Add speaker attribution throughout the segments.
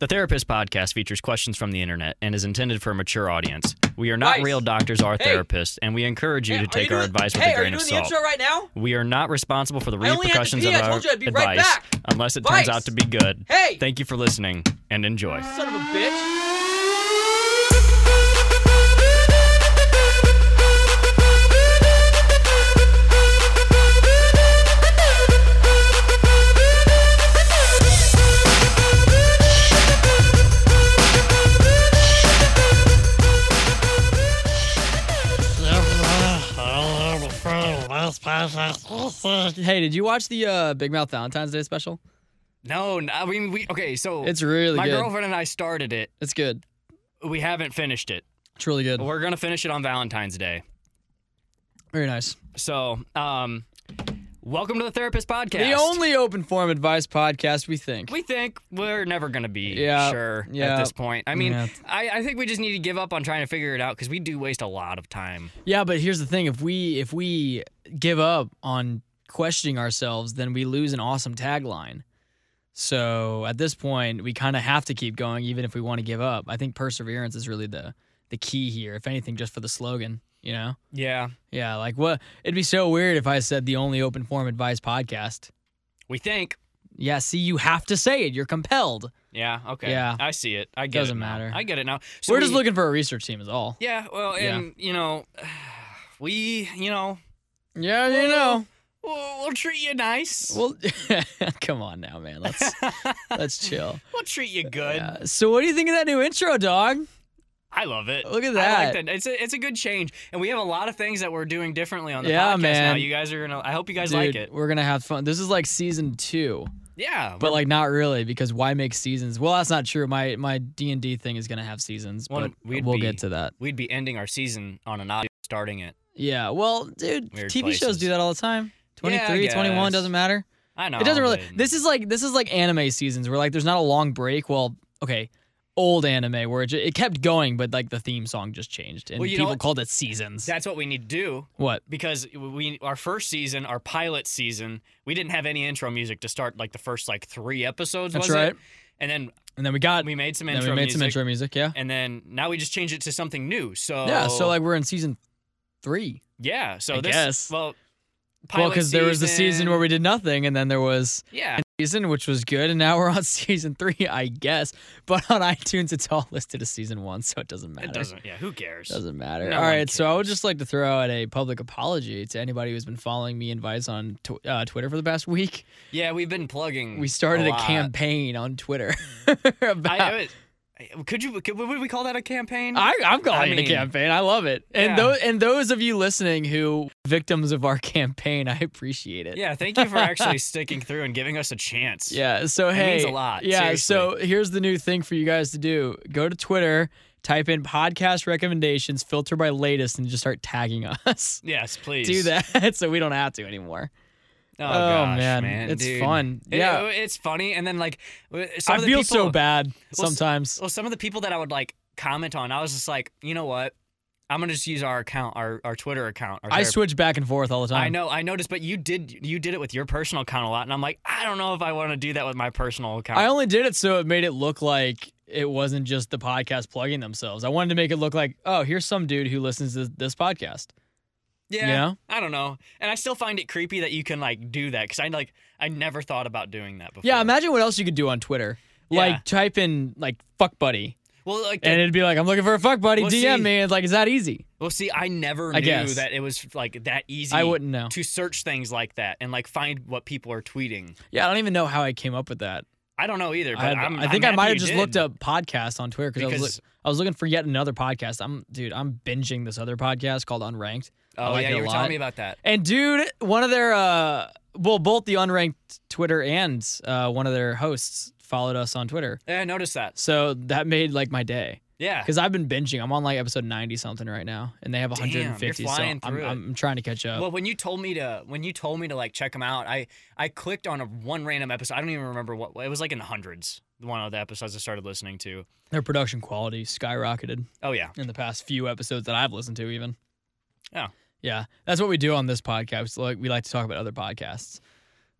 Speaker 1: The Therapist podcast features questions from the internet and is intended for a mature audience. We are not
Speaker 2: Nice.
Speaker 1: real doctors or
Speaker 2: Hey.
Speaker 1: therapists, and we encourage you
Speaker 2: Hey,
Speaker 1: to
Speaker 2: are
Speaker 1: take
Speaker 2: you
Speaker 1: our
Speaker 2: doing-
Speaker 1: advice with
Speaker 2: hey,
Speaker 1: a
Speaker 2: are you
Speaker 1: grain of
Speaker 2: doing
Speaker 1: salt.
Speaker 2: the intro right now?
Speaker 1: We are not responsible for the
Speaker 2: I only had to
Speaker 1: repercussions
Speaker 2: pee.
Speaker 1: of
Speaker 2: I
Speaker 1: our
Speaker 2: told you I'd be
Speaker 1: advice
Speaker 2: right back.
Speaker 1: unless it
Speaker 2: Advice.
Speaker 1: turns out to be good.
Speaker 2: Hey!
Speaker 1: Thank you for listening and enjoy.
Speaker 2: Son of a bitch.
Speaker 3: Hey, did you watch the uh, Big Mouth Valentine's Day special?
Speaker 1: No, n- I mean we okay, so
Speaker 3: It's really
Speaker 1: my
Speaker 3: good.
Speaker 1: girlfriend and I started it.
Speaker 3: It's good.
Speaker 1: We haven't finished it.
Speaker 3: It's really good.
Speaker 1: We're gonna finish it on Valentine's Day.
Speaker 3: Very nice.
Speaker 1: So, um, welcome to the Therapist Podcast.
Speaker 3: The only open form advice podcast we think.
Speaker 1: we think we're never gonna be
Speaker 3: Yeah,
Speaker 1: sure at
Speaker 3: yeah.
Speaker 1: this point. I mean,
Speaker 3: Yeah.
Speaker 1: I, I think we just need to give up on trying to figure it out because we do waste a lot of time.
Speaker 3: yeah, but here's the thing: if we if we give up on questioning ourselves, then we lose an awesome tagline. So at this point, we kind of have to keep going, even if we want to give up. I think perseverance is really the the key here. If anything, just for the slogan, you know?
Speaker 1: Yeah,
Speaker 3: Yeah, like what? It'd be so weird if I said the only open form advice podcast.
Speaker 1: we think.
Speaker 3: Yeah, see, you have to say it. You're compelled.
Speaker 1: Yeah, okay.
Speaker 3: Yeah.
Speaker 1: I see it. I get
Speaker 3: Doesn't
Speaker 1: it now.
Speaker 3: matter.
Speaker 1: I get it now. So
Speaker 3: We're just
Speaker 1: we-
Speaker 3: looking for a research team, is all.
Speaker 1: Yeah, well,
Speaker 3: Yeah.
Speaker 1: and you know, we, you know,
Speaker 3: Yeah,
Speaker 1: you
Speaker 3: you
Speaker 1: know.
Speaker 3: know.
Speaker 1: we'll, we'll treat you nice. We'll,
Speaker 3: Well, come on now, man. Let's let's chill.
Speaker 1: treat you good.
Speaker 3: Yeah. So, what do you think of that new intro, dog?
Speaker 1: I love it.
Speaker 3: Look at
Speaker 1: I like
Speaker 3: that.
Speaker 1: that. It's a, it's a good change, and we have a lot of things that we're doing differently on the
Speaker 3: Yeah,
Speaker 1: podcast now.
Speaker 3: man.
Speaker 1: You guys are gonna. I hope you guys
Speaker 3: Dude,
Speaker 1: like it.
Speaker 3: We're gonna have fun. This is like season two,
Speaker 1: Yeah,
Speaker 3: but like not really because why make seasons? Well, that's not true. My my D and D thing is gonna have seasons,
Speaker 1: Well,
Speaker 3: but
Speaker 1: we'd
Speaker 3: we'll
Speaker 1: be-
Speaker 3: get to that.
Speaker 1: we'd be ending our season on a not starting it.
Speaker 3: Yeah. Well, dude,
Speaker 1: Weird
Speaker 3: TV
Speaker 1: places.
Speaker 3: shows do that all the time.
Speaker 1: Yeah, I
Speaker 3: 23, 21,
Speaker 1: guess.
Speaker 3: doesn't matter.
Speaker 1: I know
Speaker 3: It doesn't really.
Speaker 1: but-
Speaker 3: This is like this is like anime seasons where like there's not a long break. Well, okay, old anime where it, ju- it kept going, but like the theme song just changed and
Speaker 1: Well, you know
Speaker 3: people
Speaker 1: what?
Speaker 3: called it seasons.
Speaker 1: that's what we need to do
Speaker 3: what?
Speaker 1: because we our first season, our pilot season, we didn't have any intro music to start like the first like three episodes.
Speaker 3: That's
Speaker 1: was it?
Speaker 3: right.
Speaker 1: And then
Speaker 3: And then we got
Speaker 1: we made some
Speaker 3: then
Speaker 1: intro
Speaker 3: we made
Speaker 1: music,
Speaker 3: some intro music. Yeah.
Speaker 1: and then now we just changed it to something new. So
Speaker 3: Yeah. So like we're in season three.
Speaker 1: yeah, so
Speaker 3: I
Speaker 1: this
Speaker 3: guess.
Speaker 1: well,
Speaker 3: well,
Speaker 1: because
Speaker 3: because there was the season where we did nothing, and then there was
Speaker 1: yeah.
Speaker 3: season which was good, and now we're on season three, I guess. But on iTunes, it's all listed as season one, so it doesn't matter.
Speaker 1: It doesn't. Yeah, who cares?
Speaker 3: Doesn't matter.
Speaker 1: No
Speaker 3: All
Speaker 1: one
Speaker 3: right, so I would
Speaker 1: cares.
Speaker 3: just like to throw out a public apology to anybody who's been following me and Vice on tw- uh, Twitter for the past week.
Speaker 1: Yeah, we've been plugging.
Speaker 3: We started a,
Speaker 1: Mm, lot.
Speaker 3: campaign on Twitter about.
Speaker 1: I, I
Speaker 3: I,
Speaker 1: was- I- could you? Could, would we call that a campaign?
Speaker 3: am calling
Speaker 1: I
Speaker 3: it a
Speaker 1: mean-
Speaker 3: campaign. I love it.
Speaker 1: Yeah.
Speaker 3: And those and those of you listening who victims of our campaign, I appreciate it.
Speaker 1: yeah. Thank you for actually sticking through and giving us a chance.
Speaker 3: Yeah. So
Speaker 1: It
Speaker 3: hey,
Speaker 1: means a lot,
Speaker 3: Yeah. So here's the new thing for you guys to do: go to Twitter, type in podcast recommendations, filter by latest, and just start tagging us.
Speaker 1: Yes, please
Speaker 3: Do that so we don't have to anymore.
Speaker 1: Oh,
Speaker 3: Oh,
Speaker 1: gosh,
Speaker 3: man. it's
Speaker 1: dude.
Speaker 3: fun.
Speaker 1: It-
Speaker 3: Yeah,
Speaker 1: it's funny. And then like, w- some
Speaker 3: I
Speaker 1: of the
Speaker 3: feel so
Speaker 1: people-
Speaker 3: bad
Speaker 1: Well, s-
Speaker 3: sometimes.
Speaker 1: Well, some of the people that I would like comment on, I was just like, you know what? I'm gonna just use our account, our our Twitter account. Our
Speaker 3: I
Speaker 1: therapy-
Speaker 3: switch back and forth all the time.
Speaker 1: I know, I noticed, but you did you did it with your personal account a lot, and I'm like, I don't know if I want to do that with my personal account.
Speaker 3: I only did it so it made it look like it wasn't just the podcast plugging themselves. I wanted to make it look like, oh, here's some dude who listens to this podcast.
Speaker 1: yeah,
Speaker 3: You know?
Speaker 1: I don't know, and I still find it creepy that you can like do that because I like I never thought about doing that before.
Speaker 3: Yeah, imagine what else you could do on Twitter.
Speaker 1: Yeah.
Speaker 3: Like type in like fuck buddy,
Speaker 1: well, like,
Speaker 3: and it'd be like, I'm looking for a fuck buddy.
Speaker 1: Well,
Speaker 3: DM
Speaker 1: see-
Speaker 3: me. It's like, is that easy?
Speaker 1: well, see, I never
Speaker 3: I
Speaker 1: knew
Speaker 3: guess.
Speaker 1: that it was like that easy.
Speaker 3: I wouldn't know.
Speaker 1: to search things like that and like find what people are tweeting.
Speaker 3: Yeah, I don't even know how I came up with that.
Speaker 1: I don't know either, but
Speaker 3: I, had-
Speaker 1: I'm,
Speaker 3: I think
Speaker 1: I'm
Speaker 3: I might
Speaker 1: happy
Speaker 3: have
Speaker 1: you
Speaker 3: just
Speaker 1: did.
Speaker 3: looked up podcast on Twitter because I was look,
Speaker 1: Because-
Speaker 3: I was looking for yet another podcast. I'm dude, I'm binging this other podcast called Unranked. I
Speaker 1: Oh
Speaker 3: like
Speaker 1: yeah,
Speaker 3: it a
Speaker 1: you were
Speaker 3: lot.
Speaker 1: telling me about that.
Speaker 3: And dude, one of their uh well, both the unranked Twitter and uh, one of their hosts followed us on Twitter.
Speaker 1: Yeah, I noticed that.
Speaker 3: So that made like my day
Speaker 1: Yeah,
Speaker 3: because I've been binging. I'm on like episode 90 something right now, and they have
Speaker 1: Damn, you're
Speaker 3: 150. so
Speaker 1: flying
Speaker 3: I'm,
Speaker 1: through it.
Speaker 3: I'm trying to catch up.
Speaker 1: Well, when you told me to when you told me to like check them out, I I clicked on a one random episode. I don't even remember what it was like in the hundreds. One of the episodes I started listening to.
Speaker 3: their production quality skyrocketed
Speaker 1: Oh yeah,
Speaker 3: in the past few episodes that I've listened to, even.
Speaker 1: Yeah.
Speaker 3: Yeah, that's what we do on this podcast. Like we like to talk about other podcasts.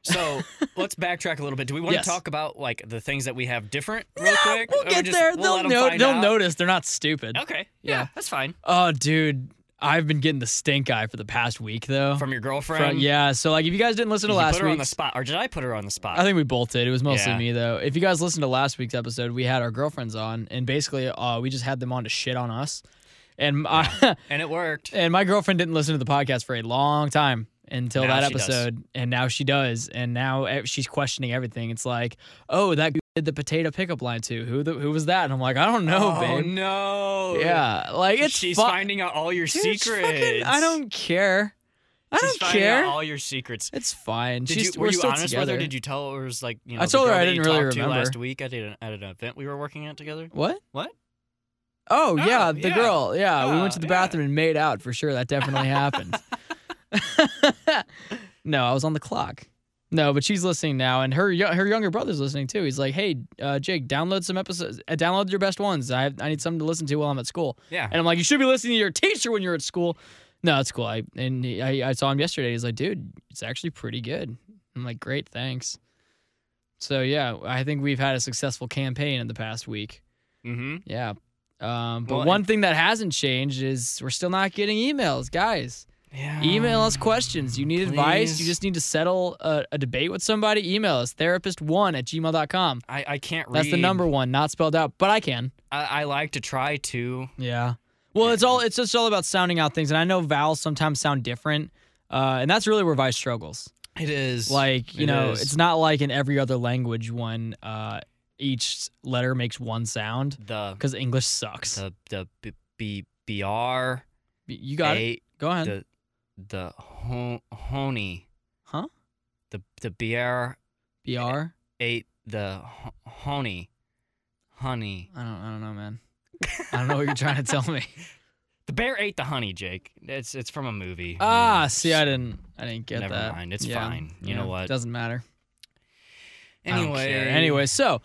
Speaker 1: So let's backtrack a little bit. Do we want
Speaker 3: Yes.
Speaker 1: to talk about like the things that we have different real quick?
Speaker 3: We'll
Speaker 1: Or
Speaker 3: get
Speaker 1: just-
Speaker 3: there.
Speaker 1: we'll
Speaker 3: they'll
Speaker 1: let 'em
Speaker 3: no-
Speaker 1: find
Speaker 3: they'll
Speaker 1: out?
Speaker 3: notice they're not stupid.
Speaker 1: Okay. Yeah,
Speaker 3: Yeah.
Speaker 1: that's fine.
Speaker 3: Oh, dude, I've been getting the stink eye for the past week though.
Speaker 1: From your
Speaker 3: From-
Speaker 1: girlfriend.
Speaker 3: yeah. So like, if you guys didn't listen
Speaker 1: Did
Speaker 3: to
Speaker 1: you
Speaker 3: last Uh,
Speaker 1: put her on
Speaker 3: week,
Speaker 1: the spot, or did I put her on the spot?
Speaker 3: I think we both did. It was mostly
Speaker 1: Yeah.
Speaker 3: me though. If you guys listened to last week's episode, we had our girlfriends on, and basically, uh, we just had them on to shit on us. And I,
Speaker 1: and it worked.
Speaker 3: and my girlfriend didn't listen to the podcast for a long time until
Speaker 1: Now
Speaker 3: that
Speaker 1: she does.
Speaker 3: episode, and now she does, and now e- she's questioning everything. It's like, oh, that dude did the potato pickup line too. Who the, who was that? And I'm like, I don't know,
Speaker 1: oh
Speaker 3: babe.
Speaker 1: no.
Speaker 3: Yeah, like it's
Speaker 1: She's
Speaker 3: fine.
Speaker 1: finding out all your
Speaker 3: Dude, it's
Speaker 1: secrets.
Speaker 3: fucking- I don't care. I
Speaker 1: She's
Speaker 3: don't
Speaker 1: finding out
Speaker 3: care.
Speaker 1: all your secrets.
Speaker 3: It's fine.
Speaker 1: Did
Speaker 3: She's,
Speaker 1: you,
Speaker 3: we're
Speaker 1: were you
Speaker 3: still
Speaker 1: honest
Speaker 3: together.
Speaker 1: with her? Did you tell her it was like you know?
Speaker 3: I told
Speaker 1: the
Speaker 3: her
Speaker 1: girl
Speaker 3: I
Speaker 1: that you
Speaker 3: didn't really
Speaker 1: talked to
Speaker 3: remember.
Speaker 1: Last week, I did an, at an event we were working at together.
Speaker 3: What?
Speaker 1: What?
Speaker 3: Oh,
Speaker 1: Oh,
Speaker 3: yeah, the
Speaker 1: yeah.
Speaker 3: girl. Yeah, we went to
Speaker 1: Oh,
Speaker 3: the
Speaker 1: yeah.
Speaker 3: bathroom and made out for sure. That definitely happened. no, I was on the clock. No, but she's listening now, and her yo- her younger brother's listening too. He's like, "Hey, uh, Jake, download some episodes. Uh, download your best ones. I I need something to listen to while I'm at school."
Speaker 1: Yeah.
Speaker 3: And I'm like, "You should be listening to your teacher when you're at school." No, it's cool. I and he- I, I saw him yesterday. He's like, "Dude, it's actually pretty good." I'm like, "Great, thanks." So yeah, I think we've had a successful campaign in the past week.
Speaker 1: Mm-hmm.
Speaker 3: Yeah. Um, but
Speaker 1: Well,
Speaker 3: one thing that hasn't changed is we're still not getting emails, guys.
Speaker 1: Yeah.
Speaker 3: Email us questions. You need advice. You
Speaker 1: Um, please.
Speaker 3: just need to settle a, a debate with somebody. Email us therapist1 at gmail.com.
Speaker 1: I, I can't read.
Speaker 3: That's the number one, not spelled out, but I can.
Speaker 1: I, I like to try to.
Speaker 3: Yeah. Well, it's all it's just all about sounding out things, and I know vowels sometimes sound different, uh, and that's really where Vice struggles.
Speaker 1: It is
Speaker 3: Like you
Speaker 1: It
Speaker 3: know,
Speaker 1: is.
Speaker 3: it's not like in every other language when uh, each letter makes one sound
Speaker 1: the
Speaker 3: because English sucks.
Speaker 1: the the b b b r
Speaker 3: you got it.
Speaker 1: a
Speaker 3: Go ahead.
Speaker 1: the the ho- honey.
Speaker 3: Huh?
Speaker 1: The the br
Speaker 3: BR.
Speaker 1: ate the ho- honey. Honey.
Speaker 3: I don't, I don't know, man. I don't know what you're trying to tell me.
Speaker 1: The bear ate the honey, Jake. It's it's from a movie.
Speaker 3: Ah,
Speaker 1: Mm,
Speaker 3: see, I didn't, I didn't get
Speaker 1: Never
Speaker 3: that.
Speaker 1: mind. It's
Speaker 3: Yeah,
Speaker 1: fine. You know
Speaker 3: yeah,
Speaker 1: what?
Speaker 3: Doesn't matter. I don't
Speaker 1: Anyway.
Speaker 3: care. anyway, so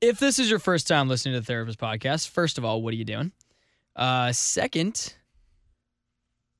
Speaker 3: if this is your first time listening to the Therapist Podcast, first of all, what are you doing? Uh, second,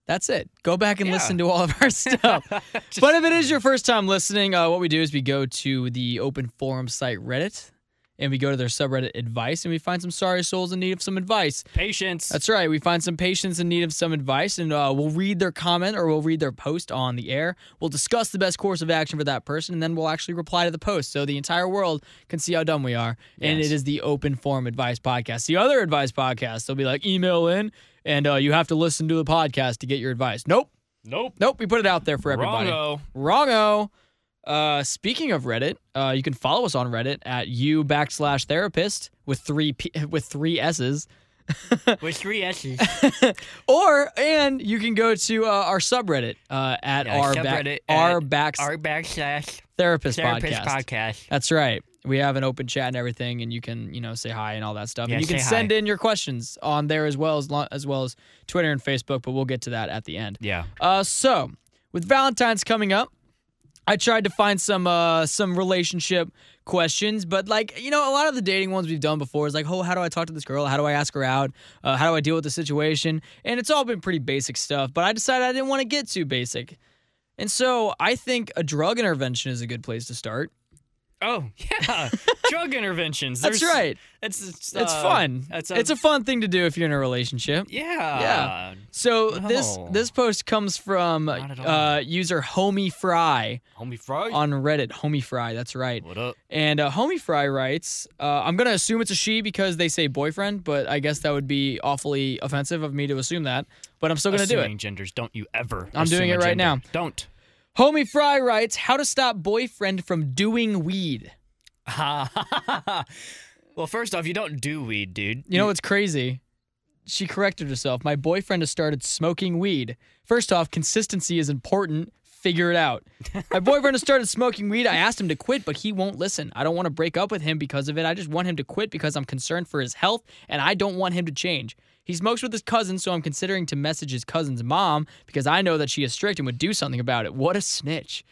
Speaker 3: that's it. Go back and
Speaker 1: Yeah.
Speaker 3: listen to all of our stuff.
Speaker 1: Just-
Speaker 3: but if it is your first time listening, uh, what we do is we go to the open forum site Reddit, and we go to their subreddit advice, and we find some sorry souls in need of some advice.
Speaker 1: patience.
Speaker 3: That's right. We find some patients in need of some advice, and uh, we'll read their comment or we'll read their post on the air. We'll discuss the best course of action for that person, and then we'll actually reply to the post so the entire world can see how dumb we are. And
Speaker 1: Yes.
Speaker 3: it is the open form advice podcast. The other advice podcast, they'll be like, email in, and uh, you have to listen to the podcast to get your advice. Nope.
Speaker 1: nope.
Speaker 3: Nope. We put it out there for everybody.
Speaker 1: Wrongo.
Speaker 3: Wrongo. Uh, speaking of Reddit, uh, you can follow us on Reddit at u backslash therapist with three p- with three s's.
Speaker 1: With three S's.
Speaker 3: Or and you can go to uh, our subreddit uh, at
Speaker 1: Yeah,
Speaker 3: our back
Speaker 1: subreddit
Speaker 3: our
Speaker 1: at
Speaker 3: back
Speaker 1: Our backslash
Speaker 3: therapist,
Speaker 1: therapist
Speaker 3: podcast.
Speaker 1: podcast.
Speaker 3: That's right. We have an open chat and everything, and you can you know say hi and all that stuff.
Speaker 1: Yeah,
Speaker 3: and you can
Speaker 1: say
Speaker 3: send in your questions on there as well as lo- as well as Twitter and Facebook. But we'll get to that at the end.
Speaker 1: Yeah.
Speaker 3: Uh, so with Valentine's coming up, I tried to find some uh some relationship questions, but like you know, a lot of the dating ones we've done before is like, oh, how do I talk to this girl? How do I ask her out? Uh, how do I deal with the situation? And it's all been pretty basic stuff. But I decided I didn't want to get too basic, and so I think a drug intervention is a good place to start.
Speaker 1: Oh yeah. Drug interventions.
Speaker 3: That's
Speaker 1: There's-
Speaker 3: right.
Speaker 1: It's it's,
Speaker 3: It's
Speaker 1: uh,
Speaker 3: fun.
Speaker 1: It's a,
Speaker 3: it's a fun thing to do if you're in a relationship.
Speaker 1: yeah.
Speaker 3: Yeah. So this
Speaker 1: No.
Speaker 3: this post comes from
Speaker 1: Oh. Not at all.
Speaker 3: uh, user Homie Fry.
Speaker 1: Homie fry.
Speaker 3: on Reddit, Homie Fry. That's right.
Speaker 1: what up?
Speaker 3: And uh, Homie Fry writes, uh, I'm going to assume it's a she because they say boyfriend, but I guess that would be awfully offensive of me to assume that. But I'm still going to do
Speaker 1: Assuming
Speaker 3: it.
Speaker 1: genders. Don't you ever.
Speaker 3: I'm
Speaker 1: assume
Speaker 3: doing
Speaker 1: a
Speaker 3: it right
Speaker 1: gender.
Speaker 3: now.
Speaker 1: Don't.
Speaker 3: Homie Fry writes, How to stop boyfriend from doing weed.
Speaker 1: well, first off, you don't do weed, dude.
Speaker 3: You know what's crazy? She corrected herself. My boyfriend has started smoking weed. First off, consistency is important. Figure it out. My boyfriend has started smoking weed. I asked him to quit, but he won't listen. I don't want to break up with him because of it. I just want him to quit because I'm concerned for his health and I don't want him to change. He smokes with his cousin, so I'm considering to message his cousin's mom because I know that she is strict and would do something about it. What a snitch.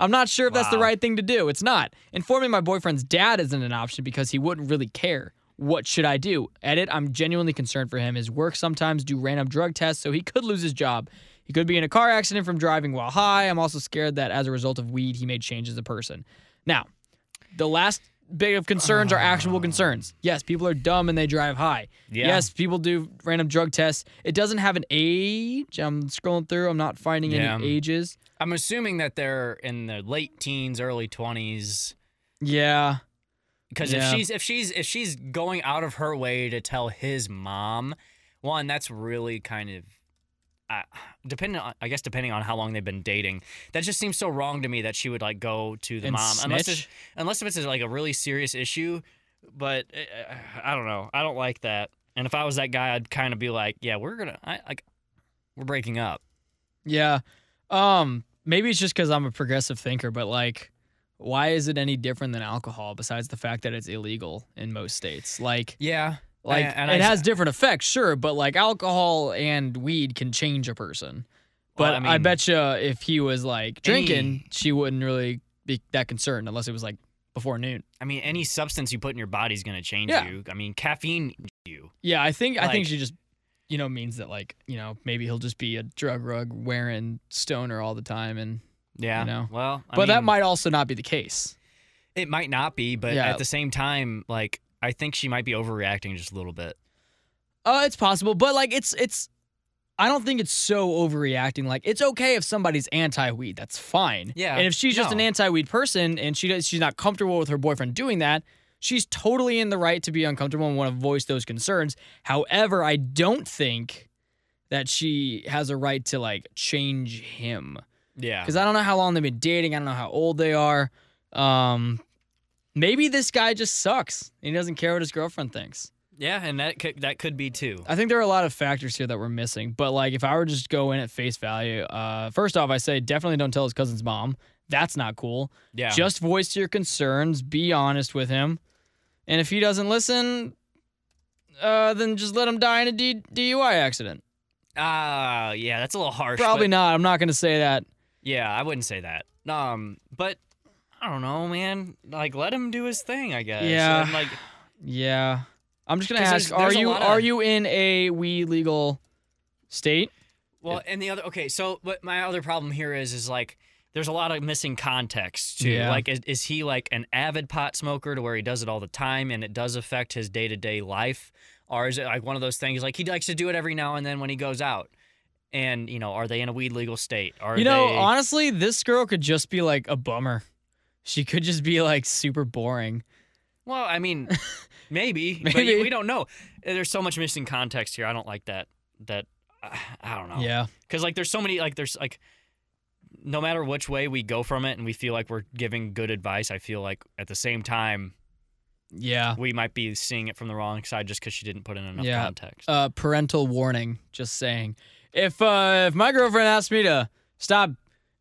Speaker 3: I'm not sure if that's the
Speaker 1: Wow.
Speaker 3: right thing to do. It's not. Informing my boyfriend's dad isn't an option because he wouldn't really care. What should I do? Edit, I'm genuinely concerned for him. His work sometimes do random drug tests, so he could lose his job. He could be in a car accident from driving while high. I'm also scared that as a result of weed, he may change as a person. Now, the last bit of concerns are actual concerns. Yes, people are dumb and they drive high.
Speaker 1: Ah. Yeah.
Speaker 3: Yes, people do random drug tests. It doesn't have an age. I'm scrolling through. I'm not finding
Speaker 1: Yeah.
Speaker 3: any ages.
Speaker 1: I'm assuming that they're in their late teens, early 20s.
Speaker 3: Yeah.
Speaker 1: Because
Speaker 3: Yeah.
Speaker 1: if she's if she's if she's going out of her way to tell his mom, one that's really kind of. Uh, depending on, I guess, depending on how long they've been dating, that just seems so wrong to me that she would like go to the
Speaker 3: And
Speaker 1: mom, unless
Speaker 3: snitch?
Speaker 1: it's, unless if it's like a really serious issue. But uh, I don't know. I don't like that. And if I was that guy, I'd kind of be like, "Yeah, we're gonna, I, like, we're breaking up."
Speaker 3: Yeah. Um, maybe it's just because I'm a progressive thinker, but like, why is it any different than alcohol besides the fact that it's illegal in most states? Like,
Speaker 1: Yeah,
Speaker 3: like
Speaker 1: and
Speaker 3: it
Speaker 1: I-
Speaker 3: has different effects, sure, but like alcohol and weed can change a person. But
Speaker 1: Well, I
Speaker 3: I,
Speaker 1: mean-
Speaker 3: bet you if he was like drinking,
Speaker 1: Any-
Speaker 3: she wouldn't really be that concerned unless it was like before noon.
Speaker 1: I mean, any substance you put in your body is gonna change
Speaker 3: Yeah.
Speaker 1: you. I mean, caffeine you.
Speaker 3: Yeah, I think I think
Speaker 1: Like-
Speaker 3: she just you know means that like you know maybe he'll just be a drug rug wearing stoner all the time and
Speaker 1: Yeah.
Speaker 3: know?
Speaker 1: Well, I
Speaker 3: but that
Speaker 1: mean,
Speaker 3: might also not be the case.
Speaker 1: It might not be, but
Speaker 3: Yeah.
Speaker 1: at the same time, like I think she might be overreacting just a little bit.
Speaker 3: Uh, it's possible, but like it's it's. I don't think it's so overreacting. Like it's okay if somebody's anti-weed, that's fine.
Speaker 1: Yeah,
Speaker 3: And if she's just an
Speaker 1: no.
Speaker 3: anti-weed person and she does, she's not comfortable with her boyfriend doing that, she's totally in the right to be uncomfortable and want to voice those concerns. However, I don't think that she has a right to like change him
Speaker 1: Yeah.
Speaker 3: because I don't know how long they've been dating. I don't know how old they are. Um, maybe this guy just sucks. and He doesn't care what his girlfriend thinks.
Speaker 1: Yeah, and that could, that could be too.
Speaker 3: I think there are a lot of factors here that we're missing. But like, if I were to just go in at face value, uh, first off, I say definitely don't tell his cousin's mom. That's not cool.
Speaker 1: Yeah.
Speaker 3: Just voice your concerns. Be honest with him. And if he doesn't listen, uh, then just let him die in a D- DUI accident.
Speaker 1: Ah, yeah, that's a little harsh.
Speaker 3: Probably
Speaker 1: but-
Speaker 3: not. I'm not going to say that.
Speaker 1: Yeah, I wouldn't say that. Um, but I don't know, man. Like, let him do his thing, I guess.
Speaker 3: Yeah.
Speaker 1: And, like,
Speaker 3: Yeah. I'm just gonna
Speaker 1: 'Cause
Speaker 3: ask:
Speaker 1: there's- there's
Speaker 3: Are
Speaker 1: a
Speaker 3: you
Speaker 1: lot of-
Speaker 3: are you in a we legal state?
Speaker 1: well, and the other okay. So, but my other problem here is is like. There's a lot of missing context too.
Speaker 3: Yeah.
Speaker 1: Like, is, is he like an avid pot smoker to where he does it all the time and it does affect his day to day life? Or is it like one of those things like he likes to do it every now and then when he goes out? And, you know, are they in a weed legal state? Are
Speaker 3: you know,
Speaker 1: they,
Speaker 3: honestly, this girl could just be like a bummer. She could just be like super boring.
Speaker 1: Well, I mean, maybe, but
Speaker 3: Maybe.
Speaker 1: you- we don't know. There's so much missing context here. I don't like that. That uh, I don't know.
Speaker 3: Yeah.
Speaker 1: Because like, there's so many. Like, there's like, no matter which way we go from it, and we feel like we're giving good advice, I feel like at the same time
Speaker 3: Yeah.
Speaker 1: we might be seeing it from the wrong side just because she didn't put in enough
Speaker 3: Yeah.
Speaker 1: context.
Speaker 3: Uh, parental warning. Just saying. If uh, if my girlfriend asked me to stop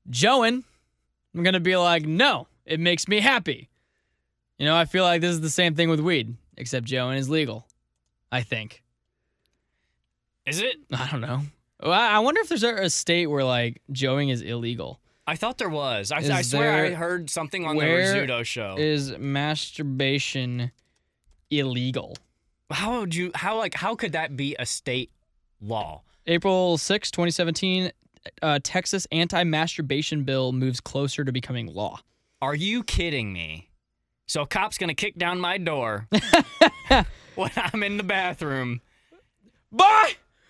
Speaker 3: joeing, I'm gonna be like, no, it makes me happy. You know, I feel like this is the same thing with weed, except joeing is legal. I think.
Speaker 1: Is it?
Speaker 3: I don't know. Well, I I wonder if there's a a state where like joeing is illegal.
Speaker 1: I thought there was. I,
Speaker 3: Is
Speaker 1: I swear I
Speaker 3: there-
Speaker 1: heard something on
Speaker 3: where
Speaker 1: the Rizzuto show.
Speaker 3: Is masturbation illegal?
Speaker 1: how would you? How like? How could that be a state law?
Speaker 3: April 6, 2017, uh, Texas anti masturbation bill moves closer to becoming law.
Speaker 1: Are you kidding me? So a cop's gonna kick down my door when I'm in the bathroom.
Speaker 3: Boy,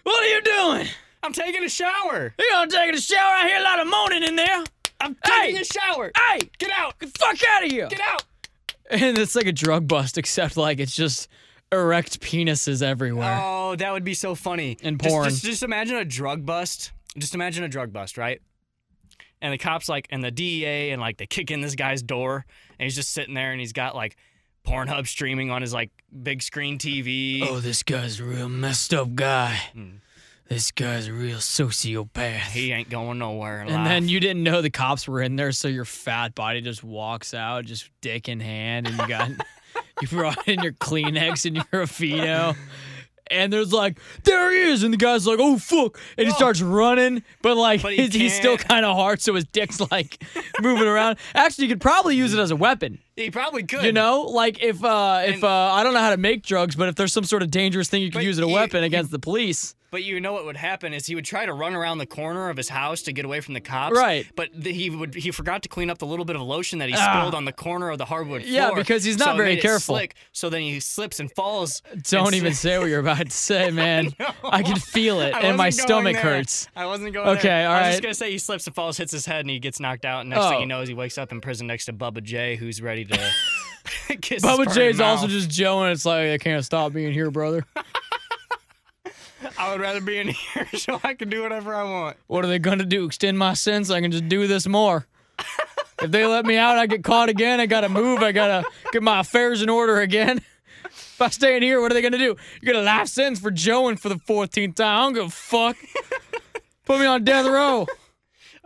Speaker 3: what are you doing?
Speaker 1: I'm taking a shower.
Speaker 3: You're gonna take a shower. I hear a lot of moaning in there.
Speaker 1: I'm
Speaker 3: Hey!
Speaker 1: taking a shower.
Speaker 3: Hey,
Speaker 1: Get out.
Speaker 3: get the fuck out of here.
Speaker 1: Get out.
Speaker 3: And it's like a drug bust, except like it's just erect penises everywhere.
Speaker 1: Oh, that would be so funny.
Speaker 3: And
Speaker 1: Just-
Speaker 3: porn.
Speaker 1: Just, just, imagine a drug bust. Just imagine a drug bust, right? And the cops like, and the DEA, and like they kick in this guy's door, and he's just sitting there, and he's got like Pornhub streaming on his like big screen TV.
Speaker 3: Oh, this guy's a real messed up guy.
Speaker 1: Mm.
Speaker 3: This guy's a real sociopath.
Speaker 1: He ain't going nowhere. In
Speaker 3: And
Speaker 1: life.
Speaker 3: then you didn't know the cops were in there, so your fat body just walks out, just dick in hand, and you got you brought in your Kleenex and your Aveeno. And there's like, there he is, and the guy's like, oh fuck, and he
Speaker 1: Oh.
Speaker 3: starts running, but like
Speaker 1: But he
Speaker 3: he's, he's still
Speaker 1: can't.
Speaker 3: kind of hard, so his dick's like moving around. Actually, you could probably use it as a weapon.
Speaker 1: He probably could.
Speaker 3: You know, like if uh, if
Speaker 1: And-
Speaker 3: uh, I don't know how to make drugs, but if there's some sort of dangerous thing you could
Speaker 1: But
Speaker 3: use as a
Speaker 1: you-
Speaker 3: weapon
Speaker 1: you-
Speaker 3: against the police,
Speaker 1: But you know what would happen is he would try to run around the corner of his house to get away from the cops.
Speaker 3: Right.
Speaker 1: But th- he would he forgot to clean up the little bit of lotion that he
Speaker 3: Ah.
Speaker 1: spilled on the corner of the hardwood floor.
Speaker 3: Yeah, because he's not
Speaker 1: so it
Speaker 3: very
Speaker 1: made it
Speaker 3: careful.
Speaker 1: slick. so then he slips and falls. and
Speaker 3: don't
Speaker 1: sli-
Speaker 3: even say what you're about to say, man.
Speaker 1: No.
Speaker 3: I can feel it,
Speaker 1: I
Speaker 3: and my
Speaker 1: wasn't
Speaker 3: stomach
Speaker 1: going there.
Speaker 3: hurts.
Speaker 1: I wasn't going.
Speaker 3: Okay,
Speaker 1: there.
Speaker 3: all
Speaker 1: I was just
Speaker 3: right.
Speaker 1: gonna say he slips and falls, hits his head, and he gets knocked out. And next
Speaker 3: Oh.
Speaker 1: thing you know, is he wakes up in prison next to Bubba J, who's ready to. kiss his
Speaker 3: Bubba
Speaker 1: burning
Speaker 3: Jay's also
Speaker 1: mouth.
Speaker 3: just Joe, and it's like I can't stop being here, brother.
Speaker 1: I would rather be in here so I can do whatever I want.
Speaker 3: What are they gonna do? Extend my sentence? I can just do this more. if they let me out, I get caught again. I gotta move. I gotta get my affairs in order again. If I stay in here, what are they gonna do? You get a life sentence for Joeing for the 14th time. I don't give a fuck. Put me on death row.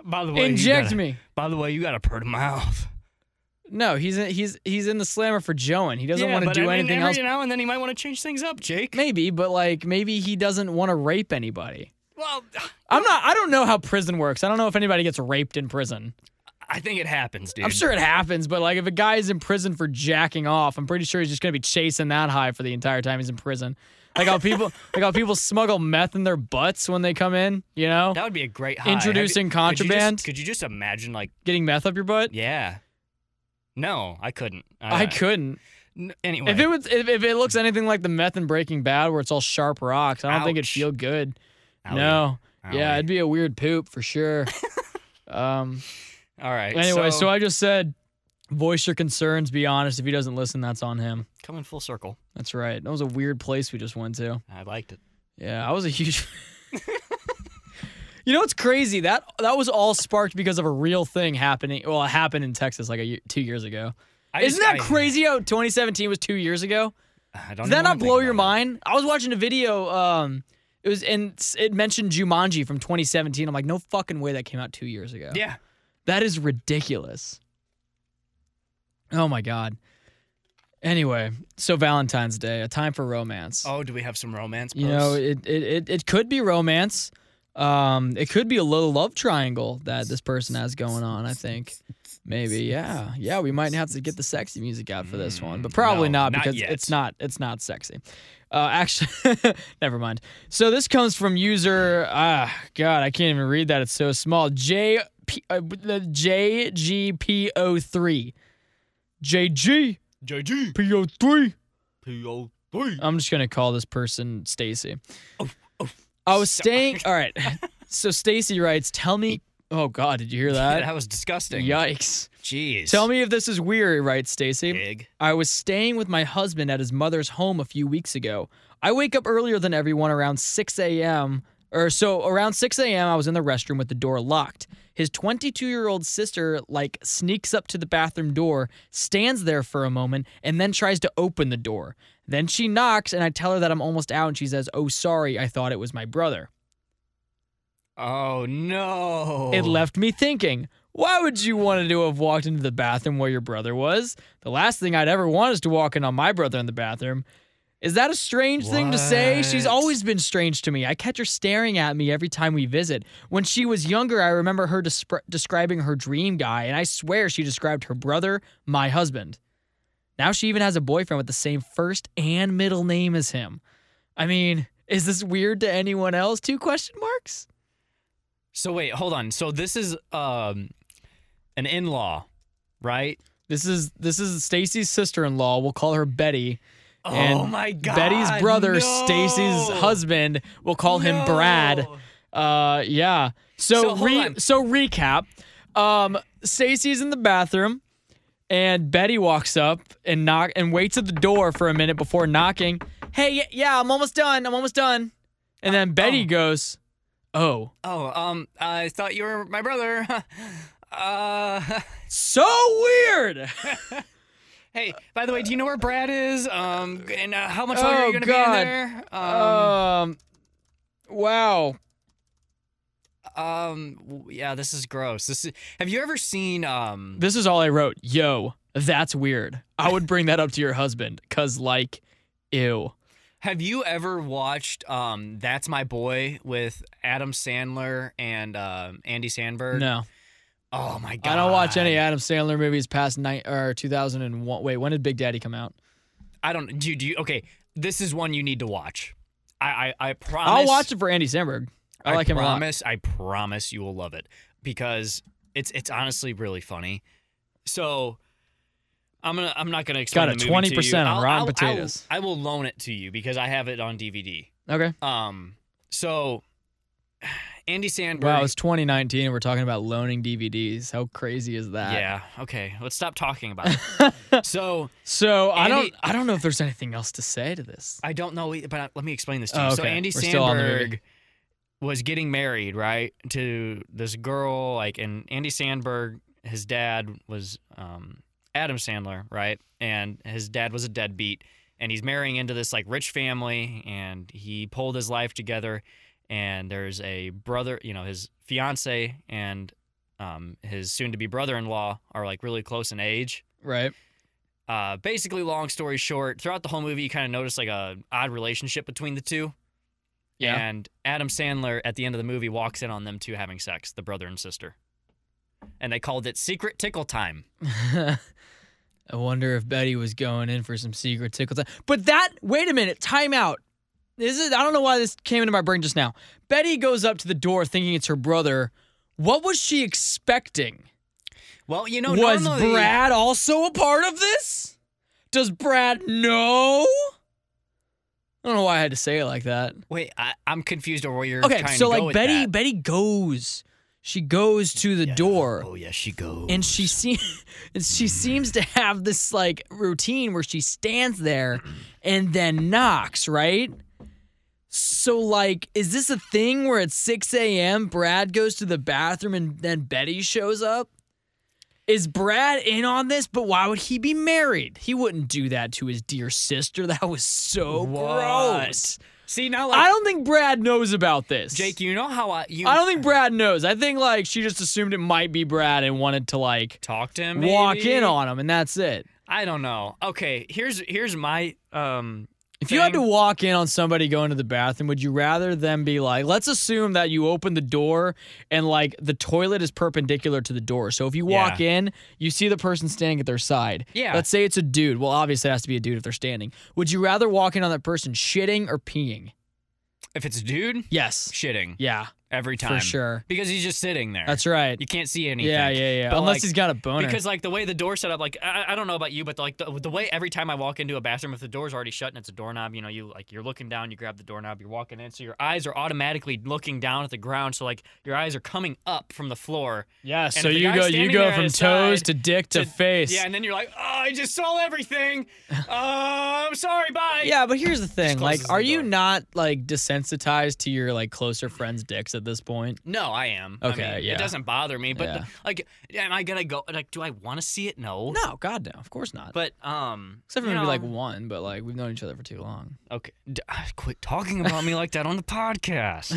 Speaker 1: By the way, you
Speaker 3: Inject
Speaker 1: gotta-
Speaker 3: me.
Speaker 1: By the way, you got a purr to mouth.
Speaker 3: No, he's in, he's he's in the slammer for Joeing. He doesn't
Speaker 1: Yeah,
Speaker 3: want to
Speaker 1: but
Speaker 3: do
Speaker 1: I mean,
Speaker 3: anything
Speaker 1: every
Speaker 3: else.
Speaker 1: now and then he might want to change things up, Jake.
Speaker 3: Maybe, but like maybe he doesn't want to rape anybody.
Speaker 1: Well,
Speaker 3: I'm not. I don't know how prison works. I don't know if anybody gets raped in prison.
Speaker 1: I think it happens, dude.
Speaker 3: I'm sure it happens, but like if a guy is in prison for jacking off, I'm pretty sure he's just gonna be chasing that high for the entire time he's in prison. Like how people, like how people smuggle meth in their butts when they come in, you know,
Speaker 1: that would be a great high. Have
Speaker 3: Introducing
Speaker 1: you-
Speaker 3: contraband?
Speaker 1: Could you, just, could you just imagine, like,
Speaker 3: getting meth up your butt.
Speaker 1: yeah? No, I couldn't.
Speaker 3: I couldn't.
Speaker 1: N- anyway,
Speaker 3: If it was, if, if it looks anything like the meth in Breaking Bad, where it's all sharp rocks, I don't think it'd
Speaker 1: Ouch.
Speaker 3: feel good.
Speaker 1: Owie.
Speaker 3: No,
Speaker 1: Owie.
Speaker 3: yeah, it'd be a weird poop for sure. um.
Speaker 1: All right.
Speaker 3: Anyway, so,
Speaker 1: so
Speaker 3: I just said, voice your concerns. Be honest. If he doesn't listen, that's on him.
Speaker 1: coming full circle.
Speaker 3: That's right. That was a weird place we just went to.
Speaker 1: I liked it.
Speaker 3: Yeah, I was a huge. you know what's crazy? That that was all sparked because of a real thing happening. Well, it happened in Texas like a, ye- two years ago.
Speaker 1: I
Speaker 3: Isn't
Speaker 1: just-
Speaker 3: that
Speaker 1: I-
Speaker 3: crazy? How 2017 was two years ago.
Speaker 1: I don't
Speaker 3: Does
Speaker 1: even
Speaker 3: that not
Speaker 1: wanna think
Speaker 3: blow your
Speaker 1: about
Speaker 3: mind? I was watching a video. Um, it was and s- it mentioned Jumanji from 2017. I'm like, no fucking way that came out two years ago.
Speaker 1: it. Yeah.
Speaker 3: That is ridiculous. Oh my god. Anyway, so Valentine's Day, a time for romance.
Speaker 1: Oh, do we have some romance?
Speaker 3: You know,
Speaker 1: posts?
Speaker 3: it it, it, it could be romance. Um, it could be a little love triangle that this person has going on. I think maybe, yeah, yeah. We might have to get the sexy music out for this one, but probably
Speaker 1: Mm, no,
Speaker 3: not
Speaker 1: not
Speaker 3: because
Speaker 1: yet.
Speaker 3: it's not it's not sexy. Uh, actually, never mind. So this comes from user. Ah, God, I can't even read that. It's so small. J P uh, the J G P O three. J G
Speaker 1: JG
Speaker 3: P O three.
Speaker 1: PO three.
Speaker 3: I'm just gonna call this person Stacy. I was staying. All right. So Stacy writes, "Tell me." Oh God, did you hear that?
Speaker 1: That was disgusting.
Speaker 3: Yikes!
Speaker 1: Jeez.
Speaker 3: Tell me if this is weird, writes Stacy.
Speaker 1: Big.
Speaker 3: I was staying with my husband at his mother's home a few weeks ago. I wake up earlier than everyone around 6 a.m. Or so around 6 a.m. I was in the restroom with the door locked. His 22-year-old sister like sneaks up to the bathroom door, stands there for a moment, and then tries to open the door. Then she knocks, and I tell her that I'm almost out, and she says, "Oh, sorry, I thought it was my brother."
Speaker 1: Oh no.
Speaker 3: It left me thinking, why would you want to have walked into the bathroom where your brother was? The last thing I'd ever want is to walk in on my brother in the bathroom. Is that a strange thing to say? She's
Speaker 1: What?
Speaker 3: always been strange to me. I catch her staring at me every time we visit. When she was younger, I remember her despre- describing her dream guy, and I swear she described her brother, my husband. Now she even has a boyfriend with the same first and middle name as him. I mean, is this weird to anyone else? Two question marks?
Speaker 1: So wait, hold on. So this is um an in-law, right?
Speaker 3: This is this is Stacy's sister-in-law. We'll call her Betty.
Speaker 1: oh
Speaker 3: And
Speaker 1: my god.
Speaker 3: Betty's brother,
Speaker 1: no.
Speaker 3: Stacy's husband, we'll call him Brad.
Speaker 1: No.
Speaker 3: Uh, yeah.
Speaker 1: So,
Speaker 3: So
Speaker 1: hold
Speaker 3: re-
Speaker 1: on.
Speaker 3: so recap. Um, Stacy's in the bathroom, and Betty walks up and knock and waits at the door for a minute before knocking. Hey, y- yeah, I'm almost done. I'm almost done. And
Speaker 1: Uh,
Speaker 3: then Betty goes, "Oh,
Speaker 1: Oh, um I thought you were my brother. uh
Speaker 3: so weird."
Speaker 1: hey, by the way, do you know where Brad is? Um and uh, how much longer are
Speaker 3: Oh,
Speaker 1: you going to be in
Speaker 3: God.
Speaker 1: there? Um,
Speaker 3: um, wow.
Speaker 1: um w- yeah, this is gross. This is, Have you ever seen um
Speaker 3: This is all I wrote. Yo, that's weird. I would bring that up to your husband, cause like, ew.
Speaker 1: Have you ever watched um
Speaker 3: Er,
Speaker 1: That's My Boy with Adam Sandler and um Andy Sandberg?
Speaker 3: No.
Speaker 1: Oh my god.
Speaker 3: I don't watch any Adam Sandler movies past nine or 2001. Wait, when did Big Daddy come out?
Speaker 1: I don't. Do you, do you? Okay, this is one you need to watch. I I, I promise.
Speaker 3: I'll watch it for Andy Samberg. I, like him a lot.
Speaker 1: promise, I promise you will love it because it's it's honestly really funny. So I'm gonna I'm not gonna explain.
Speaker 3: Got a
Speaker 1: the movie to
Speaker 3: 20%
Speaker 1: you.
Speaker 3: on
Speaker 1: I'll-
Speaker 3: Rotten
Speaker 1: I'll- I'll-
Speaker 3: Potatoes.
Speaker 1: I will loan it to you because I have it on DVD.
Speaker 3: Okay.
Speaker 1: Um, so Andy Sandberg.
Speaker 3: Wow, it's 2019 and we're talking about loaning DVDs. How crazy is that?
Speaker 1: yeah. Okay, let's stop talking about it. so
Speaker 3: so I
Speaker 1: Andy-
Speaker 3: don't I don't know if there's anything else to say to this.
Speaker 1: I don't know, but I- let me explain this to you.
Speaker 3: Oh,
Speaker 1: So
Speaker 3: okay.
Speaker 1: Andy
Speaker 3: We're still on the movie.
Speaker 1: Sandberg was getting married, right, to this girl. Like, and Andy Sandberg, his dad was um, Adam Sandler, right, and his dad was a deadbeat, and he's marrying into this like rich family, and he pulled his life together. And there's a brother, you know, his fiance and um, his soon-to-be brother-in-law are like really close in age,
Speaker 3: Right.
Speaker 1: uh, basically, long story short, throughout the whole movie, you kind of notice like a odd relationship between the two.
Speaker 3: Yeah.
Speaker 1: And Adam Sandler at the end of the movie walks in on them two having sex, the brother and sister. And they called it secret tickle time.
Speaker 3: I wonder if Betty was going in for some secret tickle time. But that wait a minute, time out. This is I don't know why this came into my brain just now. Betty goes up to the door thinking it's her brother. What was she expecting?
Speaker 1: Well, you know,
Speaker 3: was
Speaker 1: normally-
Speaker 3: Brad also a part of this? Does Brad know? I don't know why I had to say it like that.
Speaker 1: Wait, I, I'm confused over where you're.
Speaker 3: Okay,
Speaker 1: trying to
Speaker 3: so
Speaker 1: go
Speaker 3: like
Speaker 1: with
Speaker 3: Betty,
Speaker 1: that.
Speaker 3: Betty goes. She goes to the
Speaker 1: Yeah.
Speaker 3: door
Speaker 1: Oh yeah, she goes.
Speaker 3: and she se- and she seems to have this like routine where she stands there and then knocks right so like is this a thing where at 6 a.m brad goes to the bathroom and then betty shows up is brad in on this but why would he be married he wouldn't do that to his dear sister that was so
Speaker 1: What?
Speaker 3: gross
Speaker 1: see now,
Speaker 3: i
Speaker 1: like
Speaker 3: don't think brad knows about this
Speaker 1: Jake, you know how I you
Speaker 3: i don't think brad knows i think like she just assumed it might be brad and wanted to like
Speaker 1: talk to him.
Speaker 3: walk
Speaker 1: maybe?
Speaker 3: in on them and that's it.
Speaker 1: I don't know. Okay, here's here's my um.
Speaker 3: If you had to
Speaker 1: thing.
Speaker 3: walk in on somebody going to the bathroom, would you rather them be like, let's assume that you open the door and like the toilet is perpendicular to the door. So if you walk in, you see the person standing at their side.
Speaker 1: Yeah.
Speaker 3: Let's say it's a dude. Well, obviously it has to be a dude if they're standing. Would you rather walk in on that person shitting or peeing?
Speaker 1: if it's a dude,
Speaker 3: Yes.
Speaker 1: shitting
Speaker 3: Yeah,
Speaker 1: every time
Speaker 3: for sure.
Speaker 1: because he's just sitting there.
Speaker 3: That's right.
Speaker 1: You can't see anything.
Speaker 3: Yeah, yeah, yeah.
Speaker 1: But,
Speaker 3: Unless
Speaker 1: like,
Speaker 3: he's got a boner.
Speaker 1: Because like the way the door set up, like I, I don't know about you, but like the, the way every time I walk into a bathroom, if the door's already shut and it's a doorknob, you know, you like you're looking down, you grab the doorknob, you're walking in, so your eyes are automatically looking down at the ground, so like your eyes are coming up from the floor.
Speaker 3: yeah, so
Speaker 1: if the
Speaker 3: you
Speaker 1: guy's
Speaker 3: go you
Speaker 1: standing
Speaker 3: go
Speaker 1: there
Speaker 3: from
Speaker 1: at his
Speaker 3: toes
Speaker 1: side
Speaker 3: to dick to,
Speaker 1: to-
Speaker 3: face.
Speaker 1: Yeah, and then you're like, oh, I just saw everything. Uh, I'm sorry, bye.
Speaker 3: Yeah, but here's the thing.
Speaker 1: closes
Speaker 3: Like,
Speaker 1: the
Speaker 3: are you
Speaker 1: door.
Speaker 3: not like desensitized to your like closer friends' dicks at this point?
Speaker 1: No, I am.
Speaker 3: Okay,
Speaker 1: I mean,
Speaker 3: yeah.
Speaker 1: It doesn't bother me, but
Speaker 3: Yeah.
Speaker 1: like, am I gonna go? Like, do I want to see it? No.
Speaker 3: No, God no, of course not.
Speaker 1: But um,
Speaker 3: Except for
Speaker 1: you
Speaker 3: maybe like
Speaker 1: know-
Speaker 3: one, but like we've known each other for too long.
Speaker 1: Okay. D- quit talking about me like that on the podcast.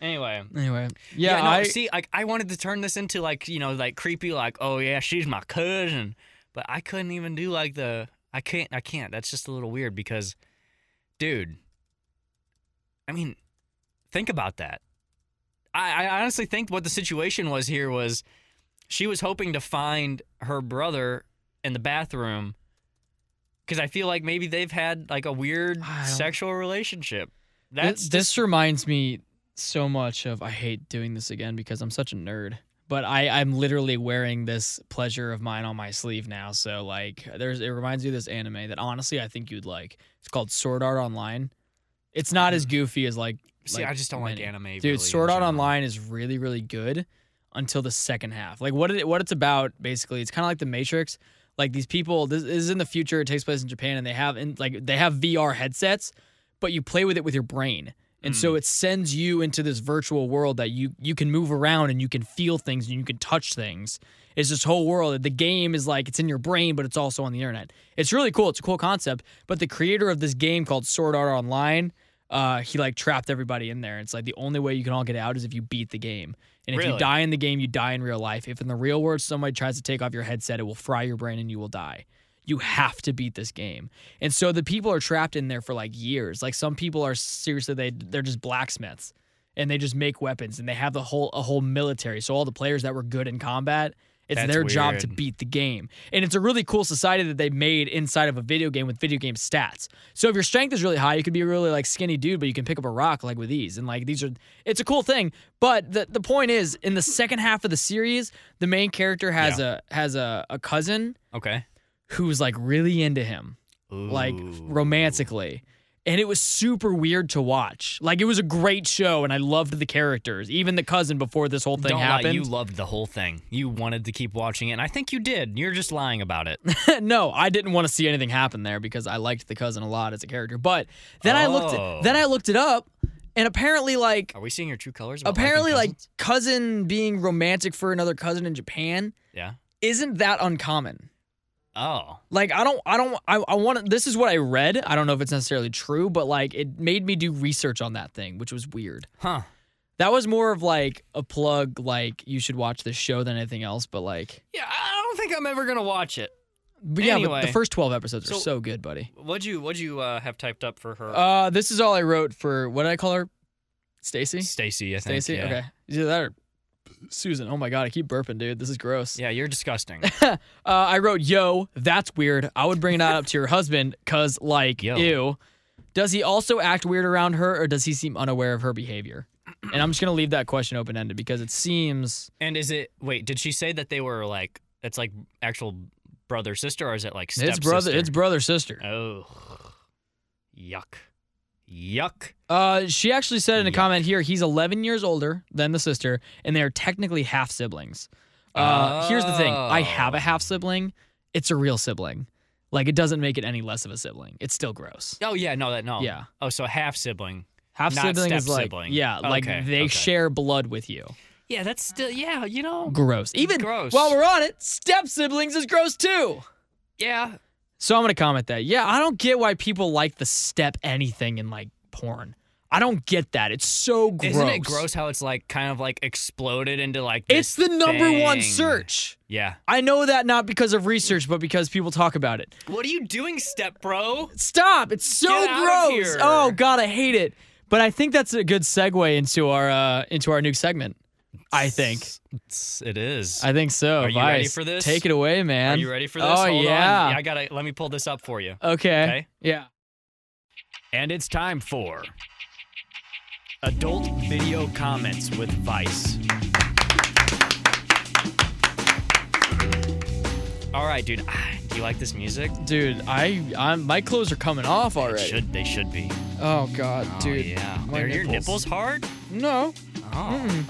Speaker 1: anyway.
Speaker 3: Anyway, yeah,
Speaker 1: no,
Speaker 3: I
Speaker 1: see like I wanted to turn this into like, you know, like creepy like, "Oh yeah, she's my cousin." But I couldn't even do like the I can't I can't. That's just a little weird because dude. I mean, think about that. I, I honestly think what the situation was here was she was hoping to find her brother in the bathroom because I feel like maybe they've had like a weird
Speaker 3: I don't-
Speaker 1: sexual relationship.
Speaker 3: Th-
Speaker 1: That's
Speaker 3: this reminds me so much of I hate doing this again because I'm such a nerd. But I, I'm literally wearing this pleasure of mine on my sleeve now. So like there's it reminds me of this anime that honestly I think you'd like. It's called Sword Art Online. It's not as goofy as like
Speaker 1: Hmm. see,
Speaker 3: like
Speaker 1: I just don't like
Speaker 3: many.
Speaker 1: anime.
Speaker 3: Dude,
Speaker 1: really, in
Speaker 3: Sword Art
Speaker 1: general.
Speaker 3: Online is really, really good until the second half. Like what it what it's about basically, it's kind of like the Matrix. Like these people, this is in the future. It takes place in Japan, and they have in like they have VR headsets, but you play with it with your brain, and so it sends you into this virtual world that you you can move around and you can feel things and you can touch things. It's this whole world. The game is like it's in your brain, but it's also on the internet. It's really cool. It's a cool concept. But the creator of this game called Sword Art Online, uh, he like trapped everybody in there. It's like the only way you can all get out is if you beat the game. And if you
Speaker 1: Really?
Speaker 3: die in the game, you die in real life. If in the real world somebody tries to take off your headset, it will fry your brain and you will die. You have to beat this game. And so the people are trapped in there for like years. Like some people are seriously they they're just blacksmiths and they just make weapons and they have the whole a whole military. So all the players that were good in combat, it's
Speaker 1: That's
Speaker 3: their job
Speaker 1: weird.
Speaker 3: to beat the game. And it's a really cool society that they made inside of a video game with video game stats. So if your strength is really high, you could be a really like skinny dude, but you can pick up a rock like with ease. And like these are it's a cool thing. But the the point is in the second half of the series, the main character has a has a, a cousin
Speaker 1: Okay.
Speaker 3: who's like really into him like
Speaker 1: Ooh.
Speaker 3: romantically. And it was super weird to watch. Like it was a great show, and I loved the characters, even the cousin before this whole thing
Speaker 1: Don't lie,
Speaker 3: happened.
Speaker 1: you loved the whole thing. You wanted to keep watching it, and I think you did. You're just lying about it.
Speaker 3: no, I didn't want to see anything happen there because I liked the cousin a lot as a character. But then I
Speaker 1: Oh.
Speaker 3: looked, then I looked it up, and apparently, like
Speaker 1: Are we seeing your true colors? about liking
Speaker 3: apparently, like
Speaker 1: cousins?
Speaker 3: cousin being romantic for another cousin in Japan
Speaker 1: yeah.
Speaker 3: isn't that uncommon.
Speaker 1: Oh,
Speaker 3: Like I don't, I don't, I, I want. to This is what I read. I don't know if it's necessarily true, but like it made me do research on that thing, which was weird.
Speaker 1: huh.
Speaker 3: That was more of like a plug, like you should watch this show than anything else. But like,
Speaker 1: Yeah, I don't think I'm ever gonna watch it.
Speaker 3: but yeah, but
Speaker 1: Anyway.
Speaker 3: the first twelve episodes are
Speaker 1: So-
Speaker 3: so good, buddy.
Speaker 1: What'd you What'd you uh, have typed up for her?
Speaker 3: Uh, this is all I wrote for what did I call her? Stacy.
Speaker 1: Stacy, I think.
Speaker 3: Stacy.
Speaker 1: yeah.
Speaker 3: Okay. Either that or Susan. Oh my god, I keep burping, dude. This is gross.
Speaker 1: Yeah, you're disgusting.
Speaker 3: Uh, I wrote, "Yo, that's weird. I would bring that up to your husband, cause like,
Speaker 1: Yo.
Speaker 3: ew. Does he also act weird around her, or does he seem unaware of her behavior?" And I'm just gonna leave that question open ended because it seems
Speaker 1: and is it? Wait, did she say that they were like? It's like actual brother sister, or is it like step
Speaker 3: it's brother, it's brother sister.
Speaker 1: Oh, yuck, yuck.
Speaker 3: Uh, she actually said in a
Speaker 1: Yuck.
Speaker 3: comment here he's 11 years older than the sister, and they are technically half siblings. Uh, here's the thing: I have a
Speaker 1: Oh.
Speaker 3: half sibling. It's a real sibling. Like it doesn't make it any less of a sibling. It's still gross.
Speaker 1: Oh yeah, no, that no.
Speaker 3: Yeah,
Speaker 1: Oh, so half sibling.
Speaker 3: half
Speaker 1: Not
Speaker 3: sibling is like
Speaker 1: step-sibling.
Speaker 3: yeah, like
Speaker 1: Okay,
Speaker 3: they
Speaker 1: okay.
Speaker 3: share blood with you.
Speaker 1: Yeah, that's still yeah. You know.
Speaker 3: Gross. Even
Speaker 1: Gross.
Speaker 3: while we're on it, step siblings is gross too.
Speaker 1: Yeah.
Speaker 3: So I'm gonna comment that. Yeah, I don't get why people like the step anything in like porn. I don't get that. It's so gross.
Speaker 1: Isn't it gross how it's like kind of like exploded into like
Speaker 3: It's
Speaker 1: this
Speaker 3: the number one
Speaker 1: thing?
Speaker 3: search.
Speaker 1: Yeah.
Speaker 3: I know that not because of research, but because people talk about it.
Speaker 1: What are you doing, step bro?
Speaker 3: Stop! It's so
Speaker 1: Get out of
Speaker 3: gross.
Speaker 1: here.
Speaker 3: Oh God, I hate it. But I think that's a good segue into our uh, into our new segment. I think.
Speaker 1: It's, it is.
Speaker 3: I think so.
Speaker 1: Are you ready
Speaker 3: Vice.
Speaker 1: for this?
Speaker 3: Take it away, man.
Speaker 1: are you ready for this?
Speaker 3: Oh
Speaker 1: Hold on.
Speaker 3: yeah.
Speaker 1: I gotta let me pull this up for you.
Speaker 3: Okay.
Speaker 1: Okay.
Speaker 3: Yeah.
Speaker 1: And it's time for adult video comments with Vice. All right, dude. Ah, Do you like this music?
Speaker 3: Dude, I I'm, my clothes are coming off
Speaker 1: It
Speaker 3: already.
Speaker 1: should they should be.
Speaker 3: Oh God,
Speaker 1: Oh,
Speaker 3: dude.
Speaker 1: yeah.
Speaker 3: my Mm-hmm.
Speaker 1: Are your nipples hard?
Speaker 3: No.
Speaker 1: Oh.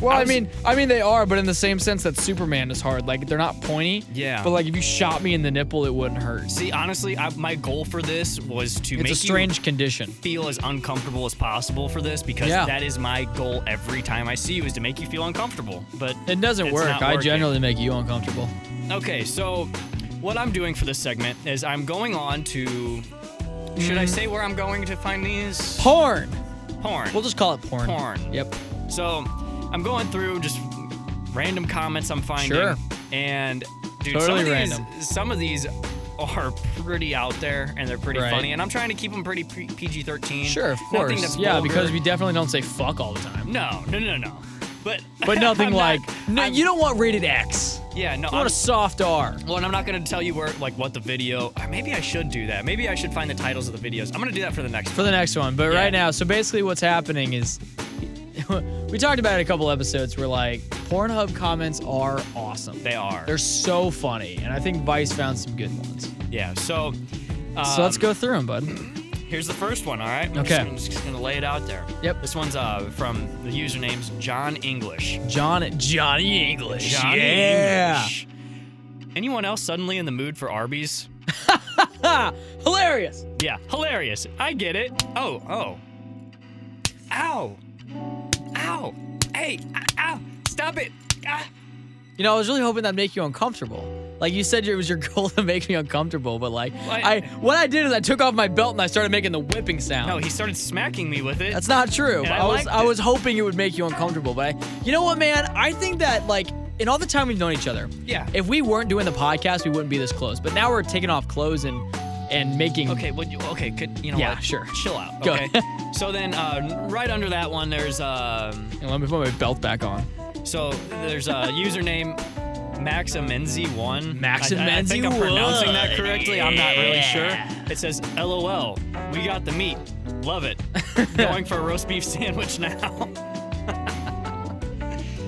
Speaker 3: Well,
Speaker 1: I
Speaker 3: I
Speaker 1: was-
Speaker 3: mean, I mean they are, but in the same sense that Superman is hard. Like they're not pointy.
Speaker 1: Yeah.
Speaker 3: But like if you shot me in the nipple, it wouldn't hurt.
Speaker 1: See, honestly, I, my goal for this was to
Speaker 3: It's
Speaker 1: make
Speaker 3: a strange condition.
Speaker 1: you feel as uncomfortable as possible for this because
Speaker 3: Yeah.
Speaker 1: that is my goal every time I see you is to make you feel uncomfortable. But
Speaker 3: It doesn't
Speaker 1: it's
Speaker 3: work.
Speaker 1: not
Speaker 3: I
Speaker 1: working.
Speaker 3: generally make you uncomfortable.
Speaker 1: okay, so what I'm doing for this segment is I'm going on to. Should
Speaker 3: Mm.
Speaker 1: I say where I'm going to find these?
Speaker 3: Porn.
Speaker 1: Porn.
Speaker 3: We'll just call it porn.
Speaker 1: Porn.
Speaker 3: Yep.
Speaker 1: So I'm going through just random comments I'm finding.
Speaker 3: Sure.
Speaker 1: And dude, some
Speaker 3: Totally
Speaker 1: of these,
Speaker 3: random.
Speaker 1: some of these are pretty out there and they're pretty
Speaker 3: Right.
Speaker 1: funny. And I'm trying to keep them pretty P- PG-13.
Speaker 3: Sure, of
Speaker 1: Nothing
Speaker 3: course.
Speaker 1: that's
Speaker 3: Yeah, because
Speaker 1: vulgar.
Speaker 3: we definitely don't say fuck all the time.
Speaker 1: No, no, no, no. But
Speaker 3: But nothing
Speaker 1: I'm not-
Speaker 3: like no.
Speaker 1: I'm-
Speaker 3: you don't want rated X.
Speaker 1: Yeah, no.
Speaker 3: You want
Speaker 1: I'm,
Speaker 3: a soft R.
Speaker 1: well, and I'm not gonna tell you where like what the video. or Maybe I should do that. Maybe I should find the titles of the videos. I'm gonna do that for the next.
Speaker 3: for the next one. But
Speaker 1: Yeah.
Speaker 3: right now, so basically what's happening is we talked about it a couple episodes where like Pornhub comments are awesome.
Speaker 1: They are.
Speaker 3: They're so funny, and I think Vice found some good ones.
Speaker 1: yeah. So. Um,
Speaker 3: so let's go through them, bud.
Speaker 1: Here's the first one. All right. I'm
Speaker 3: Okay.
Speaker 1: Just, I'm just gonna lay it out there.
Speaker 3: Yep.
Speaker 1: This one's uh from the username's John English.
Speaker 3: John Johnny English.
Speaker 1: Johnny
Speaker 3: yeah.
Speaker 1: English. Anyone else suddenly in the mood for Arby's?
Speaker 3: Ha! Hilarious.
Speaker 1: Yeah, hilarious. I get it. Oh, oh. Ow. Ow. Hey, ah, ow. Stop it. Ah.
Speaker 3: You know, I was really hoping that'd make you uncomfortable. Like you said, it was your goal to make me uncomfortable, but like
Speaker 1: What?
Speaker 3: I, what I did is I took off my belt and I started making the whipping sound.
Speaker 1: No, he started smacking me with it.
Speaker 3: That's not true.
Speaker 1: And
Speaker 3: but
Speaker 1: I
Speaker 3: I, was
Speaker 1: liked
Speaker 3: I
Speaker 1: it.
Speaker 3: was hoping it would make you uncomfortable, but I, you know what, man? I think that like in all the time we've known each other,
Speaker 1: yeah.
Speaker 3: if we weren't doing the podcast, we wouldn't be this close. But now we're taking off clothes and and making
Speaker 1: Okay, well, you, okay, could, you know
Speaker 3: Yeah,
Speaker 1: what?
Speaker 3: sure.
Speaker 1: Chill out.
Speaker 3: Go.
Speaker 1: Okay. so then, uh, right under that one, there's um,
Speaker 3: And let me put my belt back on.
Speaker 1: so there's a username Maximenzi one.
Speaker 3: Maximenzi
Speaker 1: I, I think I'm pronouncing that
Speaker 3: one,
Speaker 1: correctly. I'm not really sure.
Speaker 3: yeah.
Speaker 1: It says, "LOL, we got the meat. Love it. Going for a roast beef sandwich now."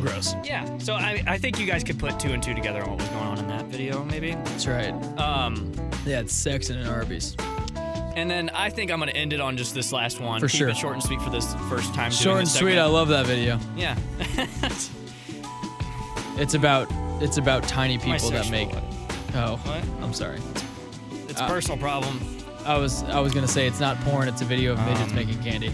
Speaker 3: Gross.
Speaker 1: yeah. So I, I think you guys could put two and two together on what was going on in that video, maybe.
Speaker 3: That's right.
Speaker 1: Um.
Speaker 3: They had sex in an Arby's.
Speaker 1: And then I think I'm gonna end it on just this last one.
Speaker 3: For
Speaker 1: Keep
Speaker 3: sure.
Speaker 1: it short and sweet for this first time.
Speaker 3: Short
Speaker 1: doing
Speaker 3: and
Speaker 1: this
Speaker 3: sweet. I
Speaker 1: segment.
Speaker 3: love that video.
Speaker 1: Yeah.
Speaker 3: It's about it's about tiny
Speaker 1: My
Speaker 3: people that
Speaker 1: sexual
Speaker 3: make.
Speaker 1: life.
Speaker 3: Oh,
Speaker 1: What?
Speaker 3: I'm sorry.
Speaker 1: It's
Speaker 3: Uh,
Speaker 1: a personal problem.
Speaker 3: I was I was gonna say it's not porn. It's a video of midgets
Speaker 1: Um.
Speaker 3: making candy.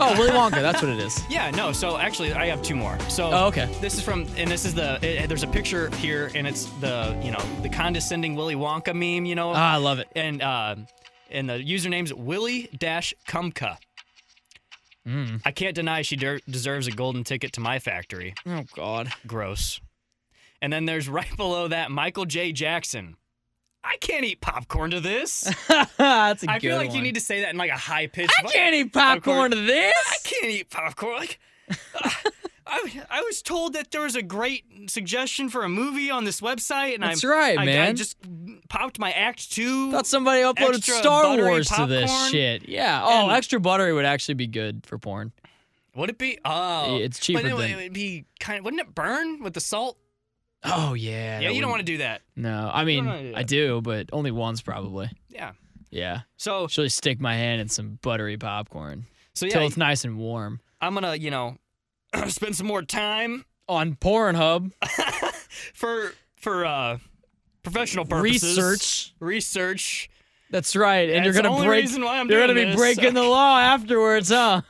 Speaker 3: Oh, Willy Wonka. That's what it is.
Speaker 1: Yeah. No. So actually, I have two more. So.
Speaker 3: Oh, okay.
Speaker 1: This is from, and this is the. eh, there's a picture here, and it's the, you know, the condescending Willy Wonka meme, you know.
Speaker 3: Ah, I love it.
Speaker 1: and uh, and the username's Willy Dash Kumka.
Speaker 3: Mm.
Speaker 1: I can't deny she der- deserves a golden ticket to my factory.
Speaker 3: Oh God.
Speaker 1: Gross. And then there's right below that Michael J. Jackson. I can't eat popcorn to this.
Speaker 3: that's a
Speaker 1: I
Speaker 3: good
Speaker 1: feel like
Speaker 3: one.
Speaker 1: you need to say that in like a high pitched.
Speaker 3: I can't eat popcorn to
Speaker 1: I
Speaker 3: this.
Speaker 1: can't eat popcorn. Like, I, I was told that there was a great suggestion for a movie on this website, and
Speaker 3: That's
Speaker 1: I,
Speaker 3: right,
Speaker 1: I, I
Speaker 3: man.
Speaker 1: just popped my act two.
Speaker 3: Thought somebody uploaded
Speaker 1: Extra
Speaker 3: Star
Speaker 1: buttery
Speaker 3: Wars to this
Speaker 1: popcorn.
Speaker 3: shit. Yeah. Oh,
Speaker 1: And-
Speaker 3: extra buttery would actually be good for porn.
Speaker 1: Would it be? Oh,
Speaker 3: Yeah, it's cheaper
Speaker 1: But it, would-
Speaker 3: than-
Speaker 1: it would be kind of. Wouldn't it burn with the salt?
Speaker 3: Oh yeah.
Speaker 1: Yeah, you don't want to do that.
Speaker 3: to. No, I mean
Speaker 1: wanna Oh, do
Speaker 3: I
Speaker 1: that.
Speaker 3: do, but only once probably.
Speaker 1: Yeah.
Speaker 3: Yeah.
Speaker 1: So
Speaker 3: Should really stick my hand in some buttery popcorn
Speaker 1: so
Speaker 3: till
Speaker 1: yeah,
Speaker 3: it's nice and warm.
Speaker 1: I'm gonna you know spend some more time
Speaker 3: On Pornhub
Speaker 1: for for uh professional purposes.
Speaker 3: research.
Speaker 1: Research.
Speaker 3: That's right, and
Speaker 1: That's
Speaker 3: you're
Speaker 1: the
Speaker 3: gonna
Speaker 1: only
Speaker 3: break.
Speaker 1: reason why I'm
Speaker 3: you're
Speaker 1: doing
Speaker 3: gonna be
Speaker 1: this.
Speaker 3: breaking the law afterwards, huh?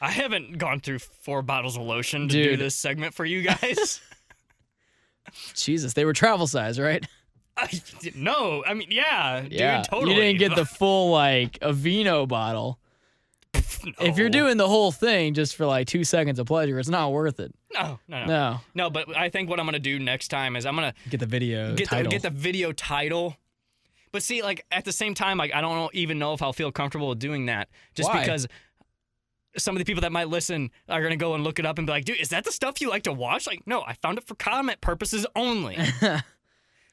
Speaker 1: I haven't gone through four bottles of lotion to do
Speaker 3: Dude.
Speaker 1: this segment for you guys.
Speaker 3: Jesus, they were travel size, right?
Speaker 1: I- no, I mean yeah, dude, totally.
Speaker 3: You didn't get the full like Aveeno bottle.
Speaker 1: No.
Speaker 3: If you're doing the whole thing just for like two seconds of pleasure, it's not worth it.
Speaker 1: no, no, no,
Speaker 3: No,
Speaker 1: no. But I think what I'm gonna do next time is I'm gonna
Speaker 3: get the video
Speaker 1: get the,
Speaker 3: title.
Speaker 1: get the video title. But see, like at the same time, like I don't know- even know if I'll feel comfortable with doing that, just
Speaker 3: Why?
Speaker 1: because some of the people that might listen are gonna go and look it up and be like, "Dude, is that the stuff you like to watch?" Like, no, I found it for comment purposes only.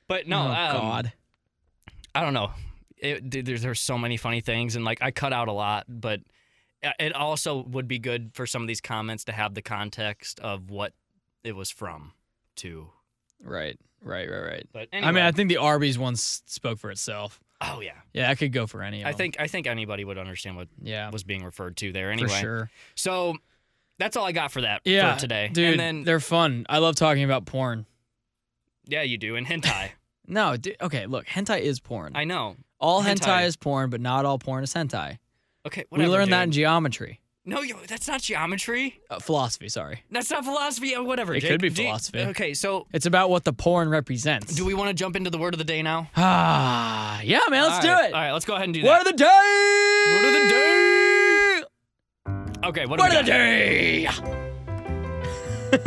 Speaker 1: but no,
Speaker 3: oh
Speaker 1: um,
Speaker 3: God,
Speaker 1: I don't know. It, dude, there's there's so many funny things, and like I cut out a lot, but uh, it also would be good for some of these comments to have the context of what it was from, too.
Speaker 3: right, right, right, right.
Speaker 1: But
Speaker 3: I mean,
Speaker 1: anyway.
Speaker 3: I think the Arby's one s- spoke for itself.
Speaker 1: oh yeah,
Speaker 3: Yeah, I could go for any. Of
Speaker 1: I
Speaker 3: them.
Speaker 1: think I think anybody would understand what
Speaker 3: Yeah,
Speaker 1: was being referred to there anyway.
Speaker 3: for sure.
Speaker 1: So that's all I got for that
Speaker 3: Yeah,
Speaker 1: for today.
Speaker 3: dude.
Speaker 1: and then
Speaker 3: they're fun. I love talking about porn.
Speaker 1: yeah, you do and hentai.
Speaker 3: No, dude, okay, look, hentai is porn.
Speaker 1: I know.
Speaker 3: all hentai.
Speaker 1: hentai.
Speaker 3: is porn, but not all porn is hentai.
Speaker 1: Okay, whatever.
Speaker 3: we learned that in
Speaker 1: dude.
Speaker 3: geometry,
Speaker 1: No, yo, that's not geometry.
Speaker 3: uh, philosophy. Sorry,
Speaker 1: That's not philosophy. Uh, Whatever.
Speaker 3: It
Speaker 1: Jake.
Speaker 3: could be
Speaker 1: Do you-
Speaker 3: philosophy.
Speaker 1: okay, so
Speaker 3: it's about what the porn represents.
Speaker 1: do we want to jump into the word of the day now?
Speaker 3: Ah, yeah, man, let's
Speaker 1: All
Speaker 3: do
Speaker 1: right,
Speaker 3: it.
Speaker 1: All right, let's go ahead and do
Speaker 3: What of the day? What
Speaker 1: of the
Speaker 3: day?
Speaker 1: that. Okay, what? do
Speaker 3: Word
Speaker 1: we got?
Speaker 3: of the day. All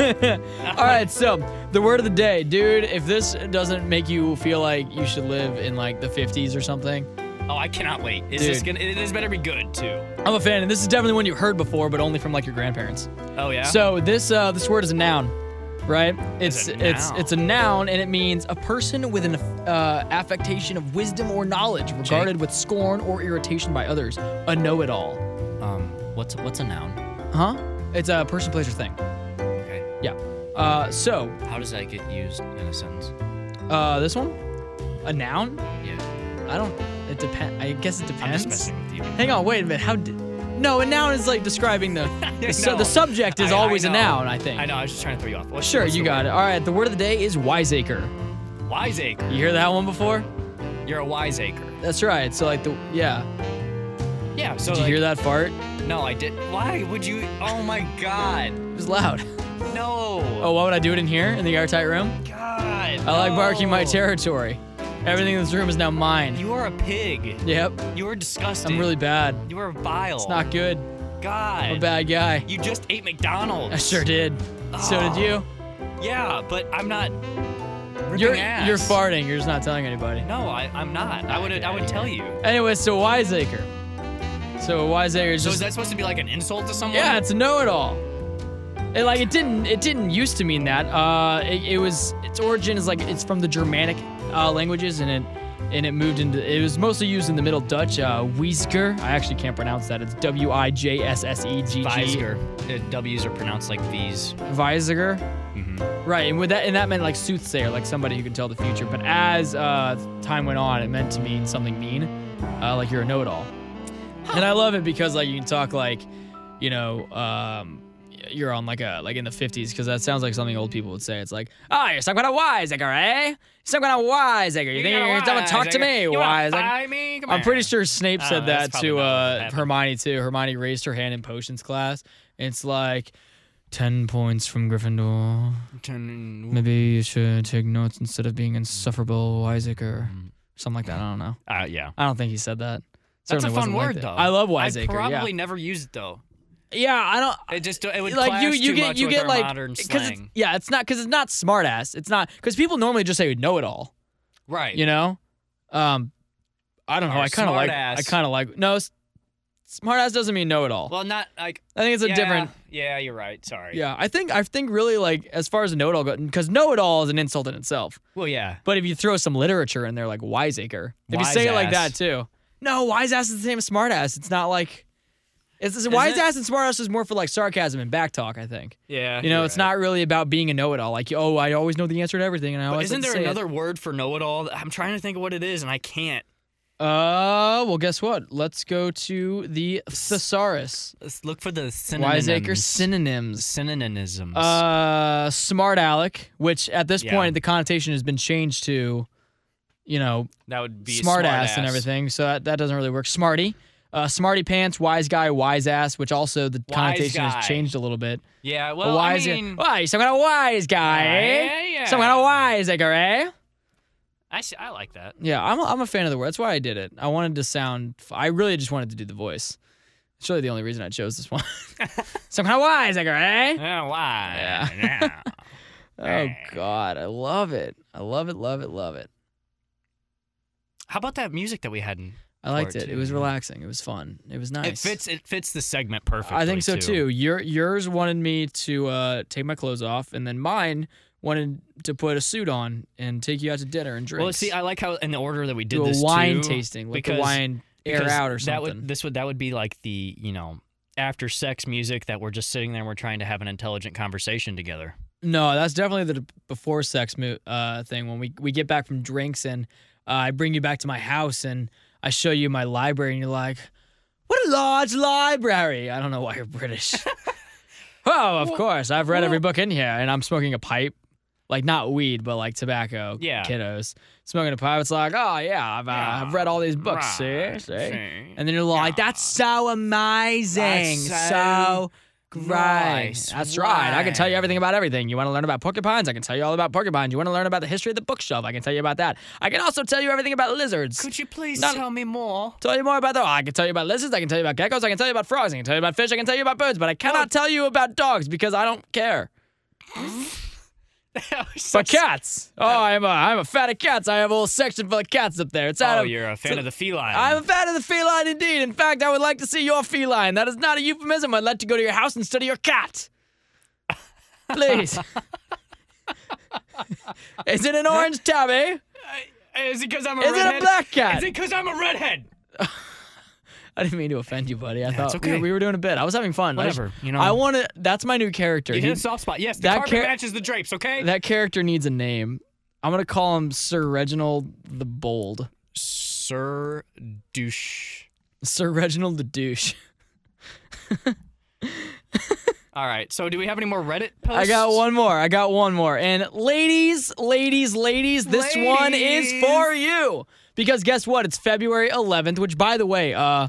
Speaker 3: right, so the word of the day, dude. If this doesn't make you feel like you should live in like the 50s or something,
Speaker 1: Oh, I cannot wait. Is this
Speaker 3: Dude.
Speaker 1: gonna? It, this better be good too.
Speaker 3: I'm a fan, and this is definitely one you heard before, but only from like your grandparents.
Speaker 1: Oh yeah.
Speaker 3: So this uh, this word is a noun, right?
Speaker 1: It's
Speaker 3: It's
Speaker 1: a
Speaker 3: it's
Speaker 1: noun.
Speaker 3: it's a noun, and it means a person with an uh, affectation of wisdom or knowledge, regarded with scorn or irritation by others, a know-it-all.
Speaker 1: um, what's what's a noun?
Speaker 3: Huh? It's a person, place, or thing.
Speaker 1: Okay.
Speaker 3: Yeah. Uh, so
Speaker 1: How does that get used in a sentence?
Speaker 3: uh, this one, a noun.
Speaker 1: Yeah.
Speaker 3: I don't. It depend. I guess it
Speaker 1: I'm just
Speaker 3: depends.
Speaker 1: messing with you.
Speaker 3: Hang on. Wait a minute. How? Di- no, a noun is like describing the. the, su-
Speaker 1: know.
Speaker 3: the subject is
Speaker 1: I- I
Speaker 3: always a
Speaker 1: know.
Speaker 3: noun. I think.
Speaker 1: I know. I was just trying to throw you off. What's-
Speaker 3: Sure,
Speaker 1: what's
Speaker 3: you
Speaker 1: the
Speaker 3: got
Speaker 1: word?
Speaker 3: it. All right. The word of the day is wiseacre.
Speaker 1: Wiseacre.
Speaker 3: You hear that one before?
Speaker 1: You're a wiseacre.
Speaker 3: That's right. So like the yeah.
Speaker 1: Yeah. So
Speaker 3: Did you
Speaker 1: like,
Speaker 3: hear that fart?
Speaker 1: No, I did. Why would you? Oh my God!
Speaker 3: It was loud.
Speaker 1: No.
Speaker 3: Oh, why would I do it in here in the airtight room?
Speaker 1: God.
Speaker 3: I like marking my
Speaker 1: no.
Speaker 3: territory. Everything in this room is now mine.
Speaker 1: You are a pig.
Speaker 3: Yep.
Speaker 1: You are disgusting.
Speaker 3: I'm really bad.
Speaker 1: You are vile.
Speaker 3: It's not good.
Speaker 1: God.
Speaker 3: I'm a bad guy.
Speaker 1: You just ate McDonald's.
Speaker 3: I sure did. So did you.
Speaker 1: Yeah, but I'm not. Oh, ripping
Speaker 3: You're
Speaker 1: ass.
Speaker 3: you're farting. You're just not telling anybody.
Speaker 1: No, I, I'm not. I would I would tell you.
Speaker 3: Anyway, so Wiseacre. So Wiseacre is
Speaker 1: So
Speaker 3: just
Speaker 1: is that supposed to be like an insult to someone?
Speaker 3: yeah, it's a know-it-all. It, like it didn't it didn't used to mean that. Uh, it, it was its origin is like it's from the Germanic uh, languages and it and it moved into it was mostly used in the Middle Dutch. Uh, Wiesker. I actually can't pronounce that. It's W I J S S E G G.
Speaker 1: Weisger. Uh, W's are pronounced like V's.
Speaker 3: Visiger. Right, and with that, and that meant like soothsayer, like somebody who could tell the future. But as uh, time went on, it meant to mean something mean, uh, like you're a know-it-all. And I love it because like you can talk like, you know, um, you're on like a like in the 50s because that sounds like something old people would say. It's like, ah, you're some kind of wiseacre, eh? You're some kind of wiseacre. You, think you're gonna talk to me,
Speaker 1: You wanna
Speaker 3: wiseacre?
Speaker 1: buy me? Come
Speaker 3: I'm
Speaker 1: here.
Speaker 3: pretty sure Snape
Speaker 1: Uh,
Speaker 3: said
Speaker 1: that's
Speaker 3: that
Speaker 1: probably
Speaker 3: to
Speaker 1: not what
Speaker 3: uh,
Speaker 1: happened.
Speaker 3: Hermione too. Hermione raised her hand in potions class. And it's like ten points from Gryffindor.
Speaker 1: Turn-
Speaker 3: Maybe you should take notes instead of being insufferable, Wiseacre. Something like that. I don't know.
Speaker 1: Uh, yeah.
Speaker 3: I don't think he said that.
Speaker 1: That's a
Speaker 3: Certainly
Speaker 1: fun
Speaker 3: wasn't like
Speaker 1: word
Speaker 3: that.
Speaker 1: though.
Speaker 3: I love Wiseacre.
Speaker 1: I probably
Speaker 3: yeah.
Speaker 1: never used it though.
Speaker 3: yeah, I don't.
Speaker 1: It just it would
Speaker 3: like
Speaker 1: clash
Speaker 3: you, you
Speaker 1: too
Speaker 3: get
Speaker 1: much
Speaker 3: you
Speaker 1: with
Speaker 3: get
Speaker 1: our
Speaker 3: like
Speaker 1: modern
Speaker 3: it's
Speaker 1: slang.
Speaker 3: yeah, it's not because it's not smart ass. It's not because people normally just say know it all.
Speaker 1: Right.
Speaker 3: You know, um, I don't know.
Speaker 1: Or
Speaker 3: I kind of like.
Speaker 1: smartass.
Speaker 3: I kind of like no. s- Smart ass doesn't mean know it all.
Speaker 1: well, not like
Speaker 3: I think it's a
Speaker 1: yeah,
Speaker 3: different.
Speaker 1: Yeah, you're right. Sorry.
Speaker 3: Yeah, I think I think really like as far as know it all goes, because know it all is an insult in itself.
Speaker 1: Well, yeah.
Speaker 3: But if you throw some literature in there, like wiseacre, if you say it like that
Speaker 1: Wise-ass.
Speaker 3: too, no, wise ass is the same as smart ass. It's not like it's, it's
Speaker 1: Isn't
Speaker 3: wise
Speaker 1: it?
Speaker 3: ass and smart ass is more for like sarcasm and backtalk. I think
Speaker 1: Yeah.
Speaker 3: you know it's not really about being a know it all. Like oh, I always know the answer to everything, and I
Speaker 1: But
Speaker 3: always
Speaker 1: isn't
Speaker 3: like to
Speaker 1: there
Speaker 3: say it.
Speaker 1: another word for know-it-all? I'm trying to think of what it is, and I can't.
Speaker 3: Uh, well, guess what? Let's go to the thesaurus.
Speaker 1: Let's look for the synonyms.
Speaker 3: Wiseacre synonyms.
Speaker 1: synonyms.
Speaker 3: Uh, smart aleck, which at this
Speaker 1: Yeah.
Speaker 3: point the connotation has been changed to, you know,
Speaker 1: that would be
Speaker 3: smartass and everything. So that, that doesn't really work. Smarty, uh, smarty pants, wise guy, wise ass, which also the
Speaker 1: Wise
Speaker 3: connotation
Speaker 1: guy.
Speaker 3: has changed a little bit.
Speaker 1: Yeah.
Speaker 3: A
Speaker 1: Well,
Speaker 3: wise
Speaker 1: I mean, Ah,
Speaker 3: guy. Why? Some kind of wise guy, eh?
Speaker 1: Yeah, yeah.
Speaker 3: Some kind of wise guy, eh?
Speaker 1: I see, I like that.
Speaker 3: Yeah, I'm a, I'm a fan of the word. That's why I did it. I wanted to sound. I really just wanted to do the voice. It's really the only reason I chose this one. Some kind of wise guy, eh?
Speaker 1: Yeah. Why?
Speaker 3: Yeah.
Speaker 1: Yeah.
Speaker 3: Oh God, I love it. I love it. Love it. Love it.
Speaker 1: How about that music that we had? In,
Speaker 3: I liked
Speaker 1: Part
Speaker 3: it. It
Speaker 1: two,
Speaker 3: was
Speaker 1: yeah.
Speaker 3: relaxing. It was fun. It was nice.
Speaker 1: It fits. It fits the segment perfectly.
Speaker 3: I think so too. Your yours wanted me to uh, take my clothes off, and then mine wanted to put a suit on and take you out to dinner and drinks.
Speaker 1: Well, see, I like how in the order that we did
Speaker 3: do a
Speaker 1: this
Speaker 3: wine
Speaker 1: too,
Speaker 3: tasting, let the
Speaker 1: because-
Speaker 3: wine air
Speaker 1: because
Speaker 3: out or
Speaker 1: That
Speaker 3: something.
Speaker 1: would this would that would be like the you know after sex music that we're just sitting there and we're trying to have an intelligent conversation together.
Speaker 3: No, that's definitely the before sex mo- uh, thing. When we, we get back from drinks and uh, I bring you back to my house and I show you my library and you're like, what a large library. I don't know why you're British. oh, of
Speaker 1: Well-
Speaker 3: course. I've read every
Speaker 1: well-
Speaker 3: book in here and I'm smoking a pipe. Like not weed, but like tobacco.
Speaker 1: Yeah.
Speaker 3: Kiddos. Smoking a pipe. It's like, oh, yeah, I've, uh, I've read all these books.
Speaker 1: Right,
Speaker 3: See? See? And then you're like, that's so amazing.
Speaker 1: That's so
Speaker 3: so great.
Speaker 1: nice.
Speaker 3: That's right. I can tell you everything about everything. You want to learn about porcupines? I can tell you all about porcupines. You want to learn about the history of the bookshelf? I can tell you about that. I can also tell you everything about lizards.
Speaker 1: Could you please
Speaker 3: Not-
Speaker 1: tell me more?
Speaker 3: tell you more about that. I can tell you about lizards. I can tell you about geckos. I can tell you about frogs. I can tell you about fish. I can tell you about birds. But I cannot tell you about dogs because I don't care. But cats.
Speaker 1: Uh,
Speaker 3: Oh, I'm a, I'm a fan of cats. I have a whole section full of cats up there. It's out
Speaker 1: oh,
Speaker 3: of
Speaker 1: you're a fan of the feline.
Speaker 3: uh, I'm a fan of the feline indeed. In fact, I would like to see your feline. That is not a euphemism. I'd like to go to your house and study your cat. Please. is it an orange tabby?
Speaker 1: Uh, Is it because I'm a
Speaker 3: Is
Speaker 1: redhead?
Speaker 3: it a black cat?
Speaker 1: Is it because I'm a redhead?
Speaker 3: I didn't mean to offend you, buddy. I
Speaker 1: it's
Speaker 3: thought we-
Speaker 1: okay.
Speaker 3: we, were doing a bit. I was having fun. I just-
Speaker 1: Whatever, you know.
Speaker 3: I want to. That's my new character.
Speaker 1: You
Speaker 3: He-
Speaker 1: hit a soft spot. Yes, the
Speaker 3: that
Speaker 1: carpet
Speaker 3: char-
Speaker 1: matches the drapes. Okay.
Speaker 3: that character needs a name. I'm gonna call him Sir Reginald the Bold.
Speaker 1: Sir douche.
Speaker 3: Sir Reginald the Douche.
Speaker 1: All right. So, do we have any more Reddit posts?
Speaker 3: I got one more. I got one more. And ladies, ladies, ladies, this one is for you. Because guess what? It's February 11th, which by the way, uh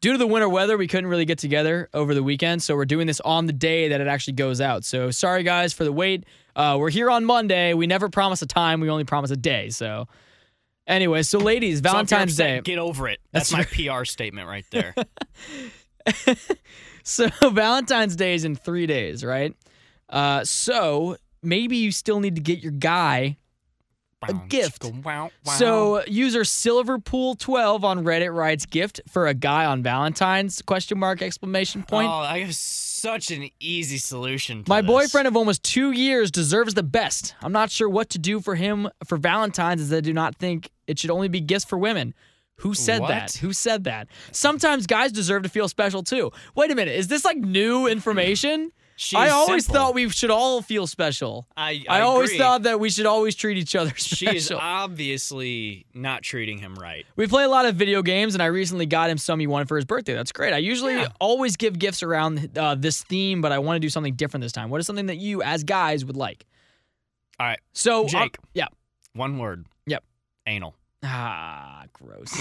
Speaker 3: due to the winter weather, we couldn't really get together over the weekend, so we're doing this on the day that it actually goes out. So sorry guys for the wait. Uh we're here on Monday. We never promise a time, we only promise a day. So anyway, so ladies,
Speaker 1: So if you're
Speaker 3: Valentine's
Speaker 1: upset,
Speaker 3: Day.
Speaker 1: Get over it. That's,
Speaker 3: That's
Speaker 1: my PR statement right there.
Speaker 3: So Valentine's Day is in three days, right? Uh, so maybe you still need to get your guy a gift.
Speaker 1: Go, wow, wow.
Speaker 3: So user Silverpool12 on Reddit writes gift for a guy on Valentine's question mark exclamation point.
Speaker 1: oh, I have such an easy solution. to
Speaker 3: My
Speaker 1: this.
Speaker 3: boyfriend of almost two years deserves the best. I'm not sure what to do for him for Valentine's, as I do not think it should only be gifts for women. Who said
Speaker 1: What?
Speaker 3: that? Who said that? Sometimes guys deserve to feel special too. Wait a minute, is this like new information?
Speaker 1: She's
Speaker 3: I always
Speaker 1: simple.
Speaker 3: thought we should all feel special.
Speaker 1: I,
Speaker 3: I, always
Speaker 1: agree.
Speaker 3: thought that we should always treat each other
Speaker 1: she
Speaker 3: special.
Speaker 1: is obviously not treating him right.
Speaker 3: We play a lot of video games, and I recently got him some he wanted for his birthday. That's great. I usually
Speaker 1: Yeah.
Speaker 3: always give gifts around uh, this theme, but I want to do something different this time. What is something that you, as guys, would like?
Speaker 1: All right,
Speaker 3: So, uh,
Speaker 1: Jake.
Speaker 3: yeah.
Speaker 1: one word.
Speaker 3: Yep.
Speaker 1: Anal.
Speaker 3: Ah, gross.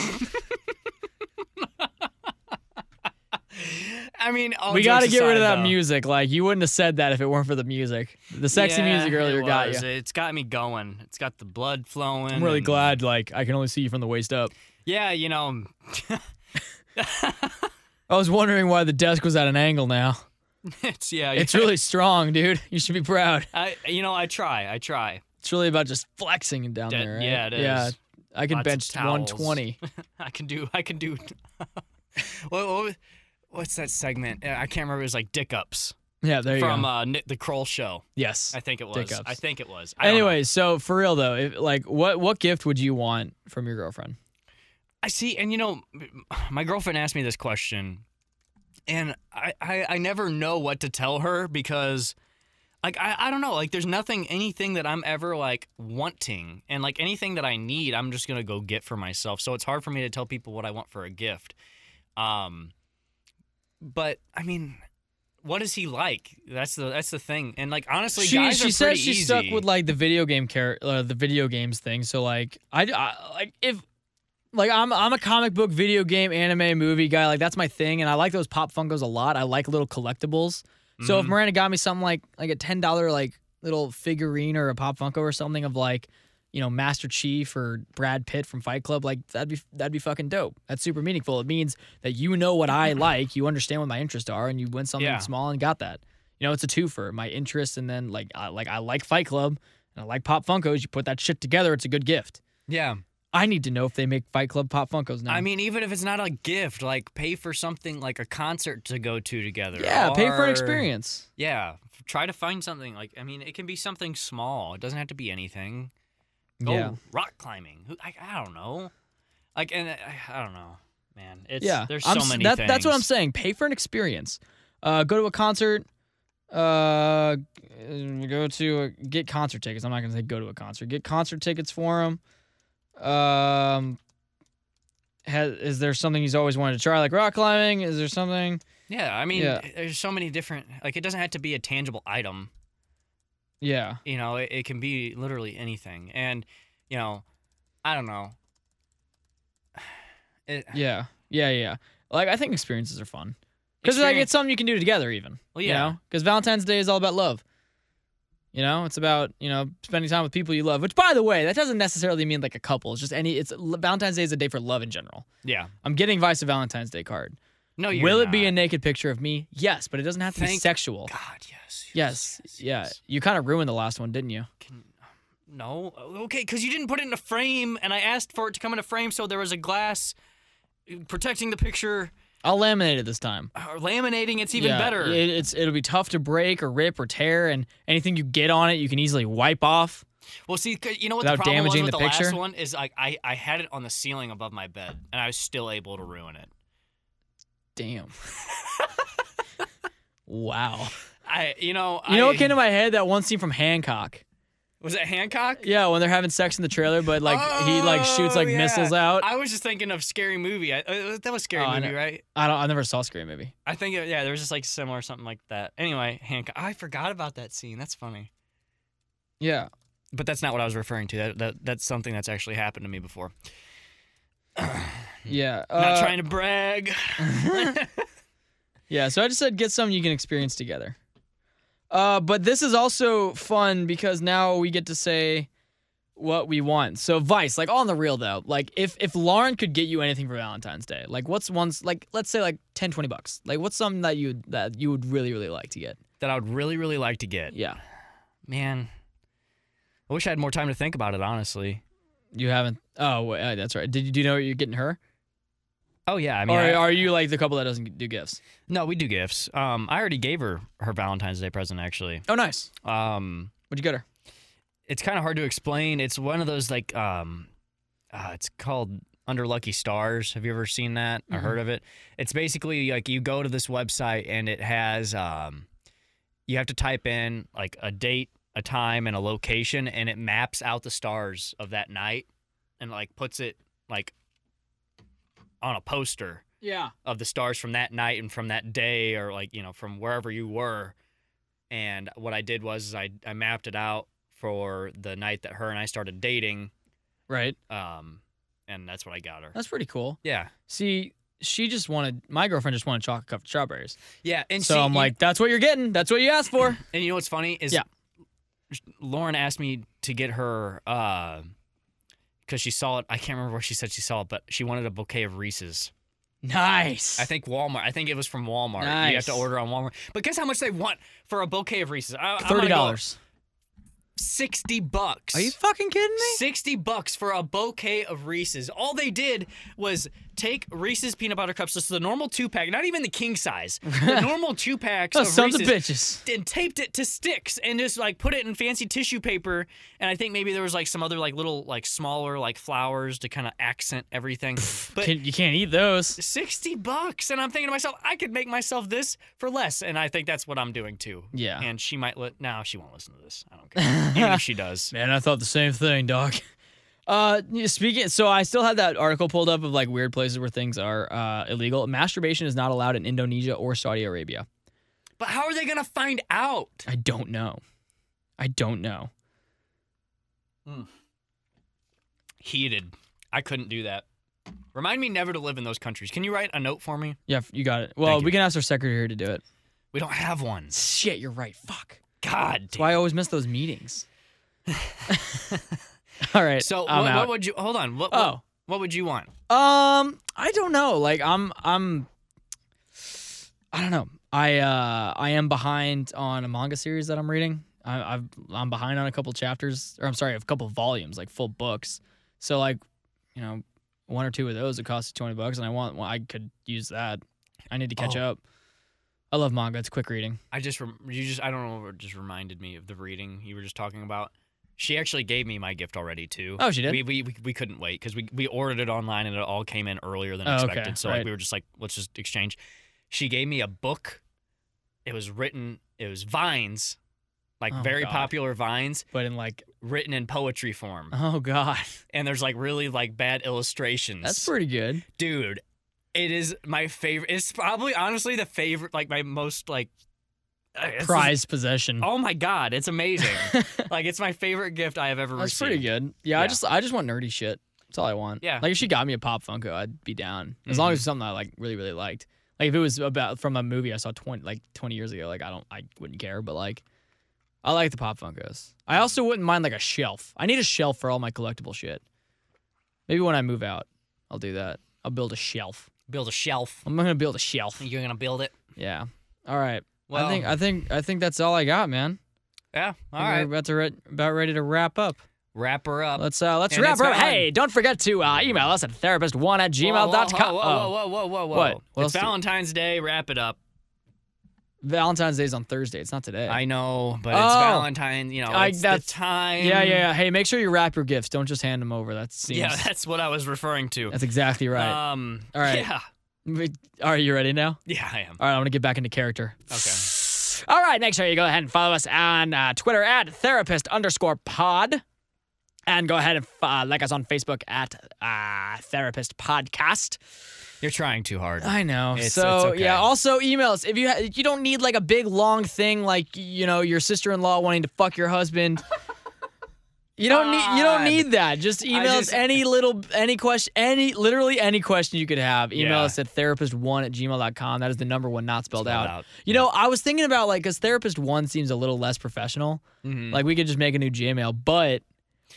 Speaker 1: I mean, all
Speaker 3: we got to
Speaker 1: jokes
Speaker 3: get rid of
Speaker 1: aside,
Speaker 3: that
Speaker 1: though,
Speaker 3: music. Like, you wouldn't have said that if it weren't for the music. The sexy
Speaker 1: yeah,
Speaker 3: music earlier
Speaker 1: it
Speaker 3: got
Speaker 1: was.
Speaker 3: you.
Speaker 1: It's got me going. It's got the blood flowing.
Speaker 3: I'm really
Speaker 1: and-
Speaker 3: glad, like, I can only see you from the waist up.
Speaker 1: Yeah, you know,
Speaker 3: I was wondering why the desk was at an angle now.
Speaker 1: it's yeah.
Speaker 3: It's really strong, dude. You should be proud.
Speaker 1: I, you know, I try. I try.
Speaker 3: It's really about just flexing down
Speaker 1: Dead-
Speaker 3: there, right?
Speaker 1: yeah, it is.
Speaker 3: Yeah, I can
Speaker 1: Lots of
Speaker 3: bench
Speaker 1: towels.
Speaker 3: 120.
Speaker 1: I can do. I can do. what, what, was- what's that segment? Uh, I can't remember. It was like Dick Ups
Speaker 3: Yeah, there you go.
Speaker 1: from uh, Nick the Kroll show.
Speaker 3: Yes.
Speaker 1: I think it was.
Speaker 3: Dick Ups.
Speaker 1: I think it was. I don't know.
Speaker 3: Anyway, so for real though, if, like what what gift would you want from your girlfriend?
Speaker 1: I see, and you know, m- my girlfriend asked me this question, and I, I, I never know what to tell her because, like, I, I don't know, like, there's nothing, anything that I'm ever like wanting, and like anything that I need, I'm just gonna go get for myself. So it's hard for me to tell people what I want for a gift. Um, but I mean, what is he like? That's the that's the thing, and like honestly,
Speaker 3: she
Speaker 1: guys
Speaker 3: she
Speaker 1: are
Speaker 3: said
Speaker 1: pretty
Speaker 3: she
Speaker 1: easy.
Speaker 3: stuck with like the video game char- uh, the video games thing. So like I, I like if like I'm I'm a comic book, video game, anime, movie guy. Like that's my thing, and I like those pop funkos a lot. I like little collectibles. So if
Speaker 1: Mhm.
Speaker 3: Miranda got me something like like a ten dollar like little figurine or a pop funko or something of like you know Master Chief or Brad Pitt from Fight Club, like that'd be that'd be fucking dope. That's super meaningful. It means that you know what I like, you understand what my interests are, and you went something
Speaker 1: Yeah.
Speaker 3: small and got that. You know, it's a twofer. My interest and then like I, like I like Fight Club and I like Pop Funkos. You put that shit together, it's a good gift.
Speaker 1: yeah.
Speaker 3: I need to know if they make Fight Club Pop Funkos now.
Speaker 1: I mean, even if it's not a gift, like pay for something like a concert to go to together.
Speaker 3: yeah, pay for
Speaker 1: or-
Speaker 3: an experience.
Speaker 1: Yeah, f- try to find something like I mean, it can be something small. It doesn't have to be anything. Go
Speaker 3: Yeah.
Speaker 1: rock climbing. Who- I, I don't know. Like and I, I don't know, man. It's
Speaker 3: yeah,
Speaker 1: there's
Speaker 3: I'm
Speaker 1: so
Speaker 3: s-
Speaker 1: many
Speaker 3: that-
Speaker 1: things.
Speaker 3: That's what I'm saying. Pay for an experience. Uh, go to a concert. Uh, go to a, get concert tickets. I'm not gonna say go to a concert. Get concert tickets for him. Um, has, is there something he's always wanted to try, like rock climbing? Is there something?
Speaker 1: Yeah, I mean,
Speaker 3: Yeah.
Speaker 1: there's so many different like it doesn't have to be a tangible item.
Speaker 3: Yeah,
Speaker 1: You know, it, it can be literally anything. And you know, I don't know. It,
Speaker 3: yeah, yeah, yeah. Like I think experiences are fun because like
Speaker 1: Experience-
Speaker 3: it's something you can do together, even.
Speaker 1: Well,
Speaker 3: you
Speaker 1: yeah.
Speaker 3: know because valentine's day is all about love you know it's about you know spending time with people you love which by the way that doesn't necessarily mean like a couple it's just any it's valentine's day is a day for love in general
Speaker 1: yeah.
Speaker 3: i'm getting vice a valentine's day card
Speaker 1: No, Oh, you're
Speaker 3: will it be
Speaker 1: not.
Speaker 3: a naked picture of me yes but it doesn't have to be
Speaker 1: Thank
Speaker 3: sexual
Speaker 1: God, yes.
Speaker 3: yes, yeah you kind of ruined the last one didn't you
Speaker 1: Can, no. uh, Okay, because you didn't put it in a frame, and I asked for it to come in a frame, so there was a glass uh, protecting the picture uh,
Speaker 3: i'll laminate it this time
Speaker 1: or laminating. It's even
Speaker 3: Yeah,
Speaker 1: better.
Speaker 3: it, it's it'll be tough to break or rip or tear and anything you get on it you can easily wipe off
Speaker 1: well, see, 'cause you know what the
Speaker 3: Without
Speaker 1: problem was
Speaker 3: damaging
Speaker 1: with
Speaker 3: the
Speaker 1: the, last
Speaker 3: picture?
Speaker 1: one is like I, I had it on the ceiling above my bed, and I was still able to ruin it.
Speaker 3: damn wow
Speaker 1: I, you know,
Speaker 3: You know
Speaker 1: I,
Speaker 3: what came to my head? That one scene from Hancock.
Speaker 1: was it Hancock?
Speaker 3: Yeah, when they're having sex in the trailer, but like he like shoots
Speaker 1: Oh,
Speaker 3: like
Speaker 1: yeah.
Speaker 3: missiles out.
Speaker 1: I was just thinking of scary movie. I, uh, that was scary
Speaker 3: Oh, I
Speaker 1: movie,
Speaker 3: know.
Speaker 1: right?
Speaker 3: I don't. I never saw a scary movie.
Speaker 1: I think it, yeah, there was just like similar something like that. Anyway, Hancock. I forgot about that scene. That's funny.
Speaker 3: Yeah.
Speaker 1: but that's not what I was referring to. That, that that's something that's actually happened to me before.
Speaker 3: Yeah.
Speaker 1: Hmm. not
Speaker 3: uh,
Speaker 1: trying to brag.
Speaker 3: Yeah. So I just said get something you can experience together. Uh, but this is also fun because now we get to say what we want. So Vice, like on the real though, like if if Lauren could get you anything for Valentine's Day, like what's one's like let's say like 10, 20 bucks, like what's something that you that you would really really like to get?
Speaker 1: that I would really really like to get.
Speaker 3: Yeah.
Speaker 1: Man, I wish I had more time to think about it, honestly.
Speaker 3: You haven't. Oh, wait, uh, that's right. Did you do you know you're getting her?
Speaker 1: Oh yeah, I mean,
Speaker 3: or
Speaker 1: I-
Speaker 3: are you like the couple that doesn't do gifts?
Speaker 1: no, we do gifts. Um, I already gave her her Valentine's Day present actually.
Speaker 3: Oh, nice.
Speaker 1: Um,
Speaker 3: What'd you get her?
Speaker 1: it's kind of hard to explain. It's one of those like, um, uh, it's called Under Lucky Stars. Have you ever seen that or
Speaker 3: Mhm.
Speaker 1: heard of it? It's basically like you go to this website and it has, um, you have to type in like a date, a time, and a location, and it maps out the stars of that night, and like puts it like on a poster
Speaker 3: Yeah.
Speaker 1: of the stars from that night and from that day or like you know from wherever you were and what i did was i, I mapped it out for the night that her and i started dating
Speaker 3: Right.
Speaker 1: um, and that's what i got her
Speaker 3: That's pretty cool.
Speaker 1: yeah
Speaker 3: See, she just wanted my girlfriend just wanted a chocolate cup of strawberries.
Speaker 1: yeah and e-
Speaker 3: so
Speaker 1: see,
Speaker 3: I'm
Speaker 1: you-
Speaker 3: like, that's what you're getting. That's what you asked for.
Speaker 1: and you know what's funny is
Speaker 3: Yeah.
Speaker 1: lauren asked me to get her because she saw it i can't remember where she said she saw it but she wanted a bouquet of reese's
Speaker 3: nice.
Speaker 1: I think Walmart. I think it was from Walmart. You have
Speaker 3: Nice.
Speaker 1: to order on Walmart. But guess how much they want for a bouquet of Reese's? I, I'm gonna go
Speaker 3: thirty dollars.
Speaker 1: Sixty bucks.
Speaker 3: Are you fucking kidding me?
Speaker 1: 60 bucks for a bouquet of Reese's. All they did was take Reese's peanut butter cups, just the normal two pack, not even the king size, the normal two packs
Speaker 3: Those
Speaker 1: of
Speaker 3: Oh, sons of
Speaker 1: Reese's,
Speaker 3: bitches.
Speaker 1: and taped it to sticks and just like put it in fancy tissue paper. And I think maybe there was like some other like little like smaller like flowers to kind of accent everything. but
Speaker 3: Can- you can't eat those.
Speaker 1: 60 bucks. And I'm thinking to myself, I could make myself this for less. And I think that's what I'm doing too.
Speaker 3: Yeah.
Speaker 1: And she might let, no, she won't listen to this. I don't care. Even if she does.
Speaker 3: Man, I thought the same thing, dog. Uh, speaking, so I still had that article pulled up of like weird places where things are uh, illegal. Masturbation is not allowed in Indonesia or Saudi Arabia.
Speaker 1: But how are they going to find out?
Speaker 3: I don't know. I don't know.
Speaker 1: heated. I couldn't do that. Remind me never to live in those countries. Can you write a note for me?
Speaker 3: Yeah, you got it. Well,
Speaker 1: Thank you.
Speaker 3: we can ask our secretary to do it.
Speaker 1: We don't have one.
Speaker 3: Shit, you're right. Fuck.
Speaker 1: God
Speaker 3: That's
Speaker 1: damn.
Speaker 3: why I always miss those meetings. All right.
Speaker 1: so
Speaker 3: I'm
Speaker 1: what,
Speaker 3: out.
Speaker 1: what would you hold on? What, what
Speaker 3: oh,
Speaker 1: what would you want?
Speaker 3: Um, I don't know. Like I'm I'm I don't know. I uh I am behind on a manga series that I'm reading. I I've I'm behind on a couple chapters or I'm sorry, a couple volumes, like full books. So like, you know, one or two of those would cost 20 bucks and I want well, I could use that. I need to catch
Speaker 1: Oh.
Speaker 3: up. I love manga. It's quick reading.
Speaker 1: I just rem- you just I don't know. It just reminded me of the reading you were just talking about. She actually gave me my gift already too.
Speaker 3: Oh, she did?
Speaker 1: We we, we, we couldn't wait because we we ordered it online and it all came in earlier than
Speaker 3: Oh, okay,
Speaker 1: expected. So like
Speaker 3: right.
Speaker 1: we were just like let's just exchange. She gave me a book. It was written. It was vines, like
Speaker 3: Oh,
Speaker 1: very
Speaker 3: God.
Speaker 1: popular vines,
Speaker 3: But in like,
Speaker 1: written in poetry form.
Speaker 3: oh god,
Speaker 1: and there's like really like bad illustrations.
Speaker 3: that's pretty good.
Speaker 1: dude. It is my favorite. It's probably honestly the favorite, like my most like uh, this is-
Speaker 3: Prized possession.
Speaker 1: oh my god, it's amazing. like it's my favorite gift I have ever
Speaker 3: That's
Speaker 1: received.
Speaker 3: pretty good. Yeah, I
Speaker 1: Yeah.
Speaker 3: just I just want nerdy shit. That's all I want.
Speaker 1: Yeah. Mm-hmm.
Speaker 3: Like if she got me a pop Funko, I'd be down. As long as it's something I like really really liked. Like if it was about from a movie I saw twenty like twenty years ago, like I don't I wouldn't care. But like, I like the pop Funkos. I also wouldn't mind like a shelf. I need a shelf for all my collectible shit. Maybe when I move out, I'll do that. I'll build a shelf.
Speaker 1: Build a shelf.
Speaker 3: I'm gonna build a shelf.
Speaker 1: You're gonna build it.
Speaker 3: Yeah. All right.
Speaker 1: Well,
Speaker 3: I think I think I think that's all I got, man.
Speaker 1: yeah.
Speaker 3: I
Speaker 1: All
Speaker 3: think
Speaker 1: right,
Speaker 3: We're about to re- about ready to wrap up.
Speaker 1: wrap her up.
Speaker 3: Let's uh, let's
Speaker 1: And
Speaker 3: wrap
Speaker 1: it's
Speaker 3: her up.
Speaker 1: gone.
Speaker 3: Hey, don't forget to uh, email us at therapist1 at
Speaker 1: Whoa, whoa,
Speaker 3: gmail.com.
Speaker 1: Whoa, whoa, whoa, whoa, whoa, whoa.
Speaker 3: Oh. What? What else
Speaker 1: It's
Speaker 3: do-
Speaker 1: Valentine's Day. Wrap it up.
Speaker 3: Valentine's Day is on Thursday. It's not today.
Speaker 1: I know, but
Speaker 3: Oh.
Speaker 1: it's Valentine's. You know,
Speaker 3: I-
Speaker 1: it's
Speaker 3: that's-
Speaker 1: the time.
Speaker 3: yeah, yeah, yeah. Hey, make sure you wrap your gifts. Don't just hand them over. That seems.
Speaker 1: Yeah, that's what I was referring to.
Speaker 3: that's exactly right.
Speaker 1: Um.
Speaker 3: All right.
Speaker 1: Yeah.
Speaker 3: We- All right, you ready now?
Speaker 1: Yeah, I am.
Speaker 3: All right, I'm going to get back into character.
Speaker 1: Okay.
Speaker 3: All right, next sure you go ahead and follow us on uh, Twitter at therapist underscore pod. And go ahead and uh, like us on Facebook at uh, therapist podcast.
Speaker 1: You're trying too hard.
Speaker 3: I know.
Speaker 1: It's-
Speaker 3: so
Speaker 1: it's okay.
Speaker 3: yeah. Also, email us if you ha- you don't need like a big long thing like you know your sister in law wanting to fuck your husband. You don't need you don't
Speaker 1: God.
Speaker 3: need that. Just email us
Speaker 1: just-
Speaker 3: any little any question any literally any question you could have. Email
Speaker 1: Yeah.
Speaker 3: us at therapist1 at gmail.com. That is the number one not spelled,
Speaker 1: Spelled
Speaker 3: out.
Speaker 1: out,
Speaker 3: You know, I was thinking about like because therapist one seems a little less professional.
Speaker 1: Mhm.
Speaker 3: Like we could just make a new Gmail, but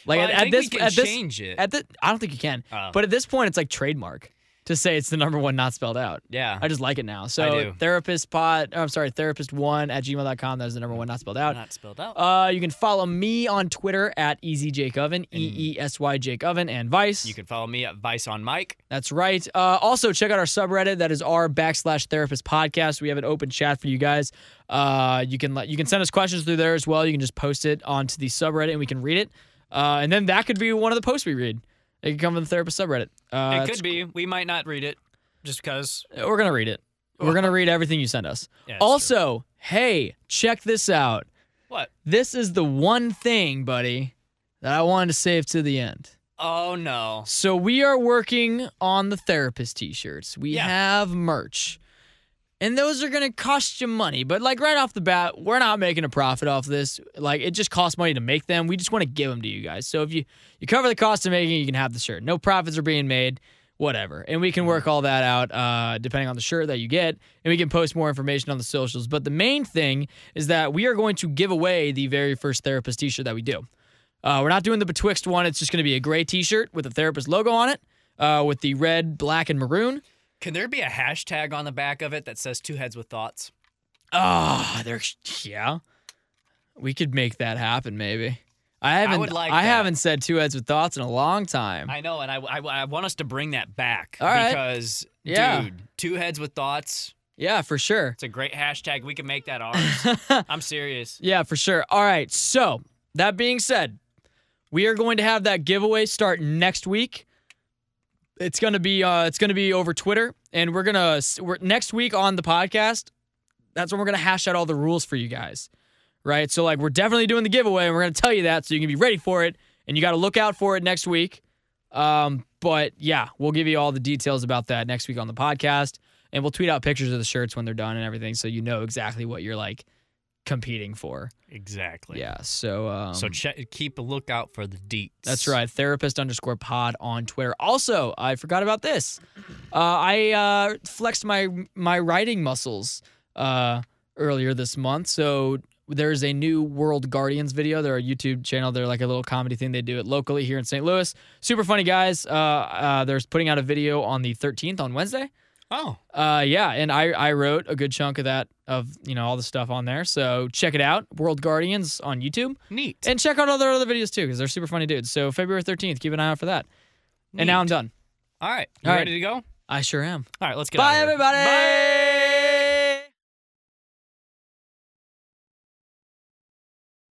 Speaker 3: like
Speaker 1: Well,
Speaker 3: at,
Speaker 1: I
Speaker 3: at
Speaker 1: think
Speaker 3: this
Speaker 1: we can
Speaker 3: at this
Speaker 1: change it.
Speaker 3: at the I don't think you can.
Speaker 1: Oh.
Speaker 3: But at this point, it's like trademark. to say it's the number one not spelled out.
Speaker 1: Yeah.
Speaker 3: I just like it now.
Speaker 1: do.
Speaker 3: So therapist pot, oh, I'm sorry, therapist one at gmail.com. That is the number one not spelled out.
Speaker 1: Not spelled out.
Speaker 3: Uh, you can follow me on Twitter at EasyJakeOven, E E S Y Jake Oven, and Vice.
Speaker 1: you can follow me at Vice on Mike.
Speaker 3: That's right. Uh, also, check out our subreddit. That is r backslash therapist podcast. We have an open chat for you guys. Uh, you can let you can send us questions through there as well. You can just post it onto the subreddit and we can read it. Uh, and then that could be one of the posts we read. It could come from the therapist subreddit. Uh,
Speaker 1: it could be. We might not read it just because.
Speaker 3: We're gonna read it. We're gonna read everything you send us.
Speaker 1: Yeah, that's
Speaker 3: also, hey, check this out.
Speaker 1: What?
Speaker 3: This is the one thing, buddy, that I wanted to save to the end.
Speaker 1: Oh no.
Speaker 3: So we are working on the therapist t-shirts. We
Speaker 1: Yeah.
Speaker 3: have merch. And those are going to cost you money, but like right off the bat, we're not making a profit off this. Like it just costs money to make them. We just want to give them to you guys. So if you you cover the cost of making, it, you can have the shirt. No profits are being made, whatever. And we can work all that out uh, depending on the shirt that you get, and we can post more information on the socials. But the main thing is that we are going to give away the very first therapist t-shirt that we do. Uh, we're not doing the Betwixt one. It's just going to be a gray T-shirt with a therapist logo on it, uh, with the red, black, and maroon.
Speaker 1: Can there be a hashtag on the back of it that says two heads with thoughts? Ah,
Speaker 3: Oh, there. Yeah, we could make that happen. Maybe. I haven't. I,
Speaker 1: would like that.
Speaker 3: haven't said two heads with thoughts in a long time.
Speaker 1: I know, and I, I, I want us to bring that back
Speaker 3: All right.
Speaker 1: because,
Speaker 3: Yeah.
Speaker 1: dude, two heads with thoughts.
Speaker 3: yeah, for sure.
Speaker 1: It's a great hashtag. We can make that ours. I'm serious.
Speaker 3: Yeah, for sure. All right. So that being said, we are going to have that giveaway start next week. It's gonna be uh, it's gonna be over Twitter, and we're gonna we're, next week on the podcast. That's when we're gonna hash out all the rules for you guys, right? So like we're definitely doing the giveaway, and we're gonna tell you that so you can be ready for it, and you got to look out for it next week. Um, but yeah, we'll give you all the details about that next week on the podcast, and we'll tweet out pictures of the shirts when they're done and everything, so you know exactly what you're like competing for.
Speaker 1: Exactly.
Speaker 3: Yeah. So, um,
Speaker 1: So check, keep a lookout for the deets.
Speaker 3: that's right. Therapist underscore pod on Twitter. Also, I forgot about this. Uh, I uh, flexed my my writing muscles uh, earlier this month. So there's a new World Guardians video. They're a YouTube channel. They're like a little comedy thing. They do it locally here in St. Louis. Super funny guys. Uh, uh, they're putting out a video on the 13th on Wednesday.
Speaker 1: Oh,
Speaker 3: Uh, yeah, and I I wrote a good chunk of that of you know all the stuff on there. So check it out, World Guardians on YouTube.
Speaker 1: neat.
Speaker 3: And check out all their other videos too, because they're super funny dudes. So February 13th, keep an eye out for that. And now I'm done.
Speaker 1: All right. You
Speaker 3: All right.
Speaker 1: ready to go? All
Speaker 3: I sure am.
Speaker 1: right. Let's get
Speaker 3: Bye,
Speaker 1: out of here.
Speaker 3: everybody.
Speaker 1: Bye.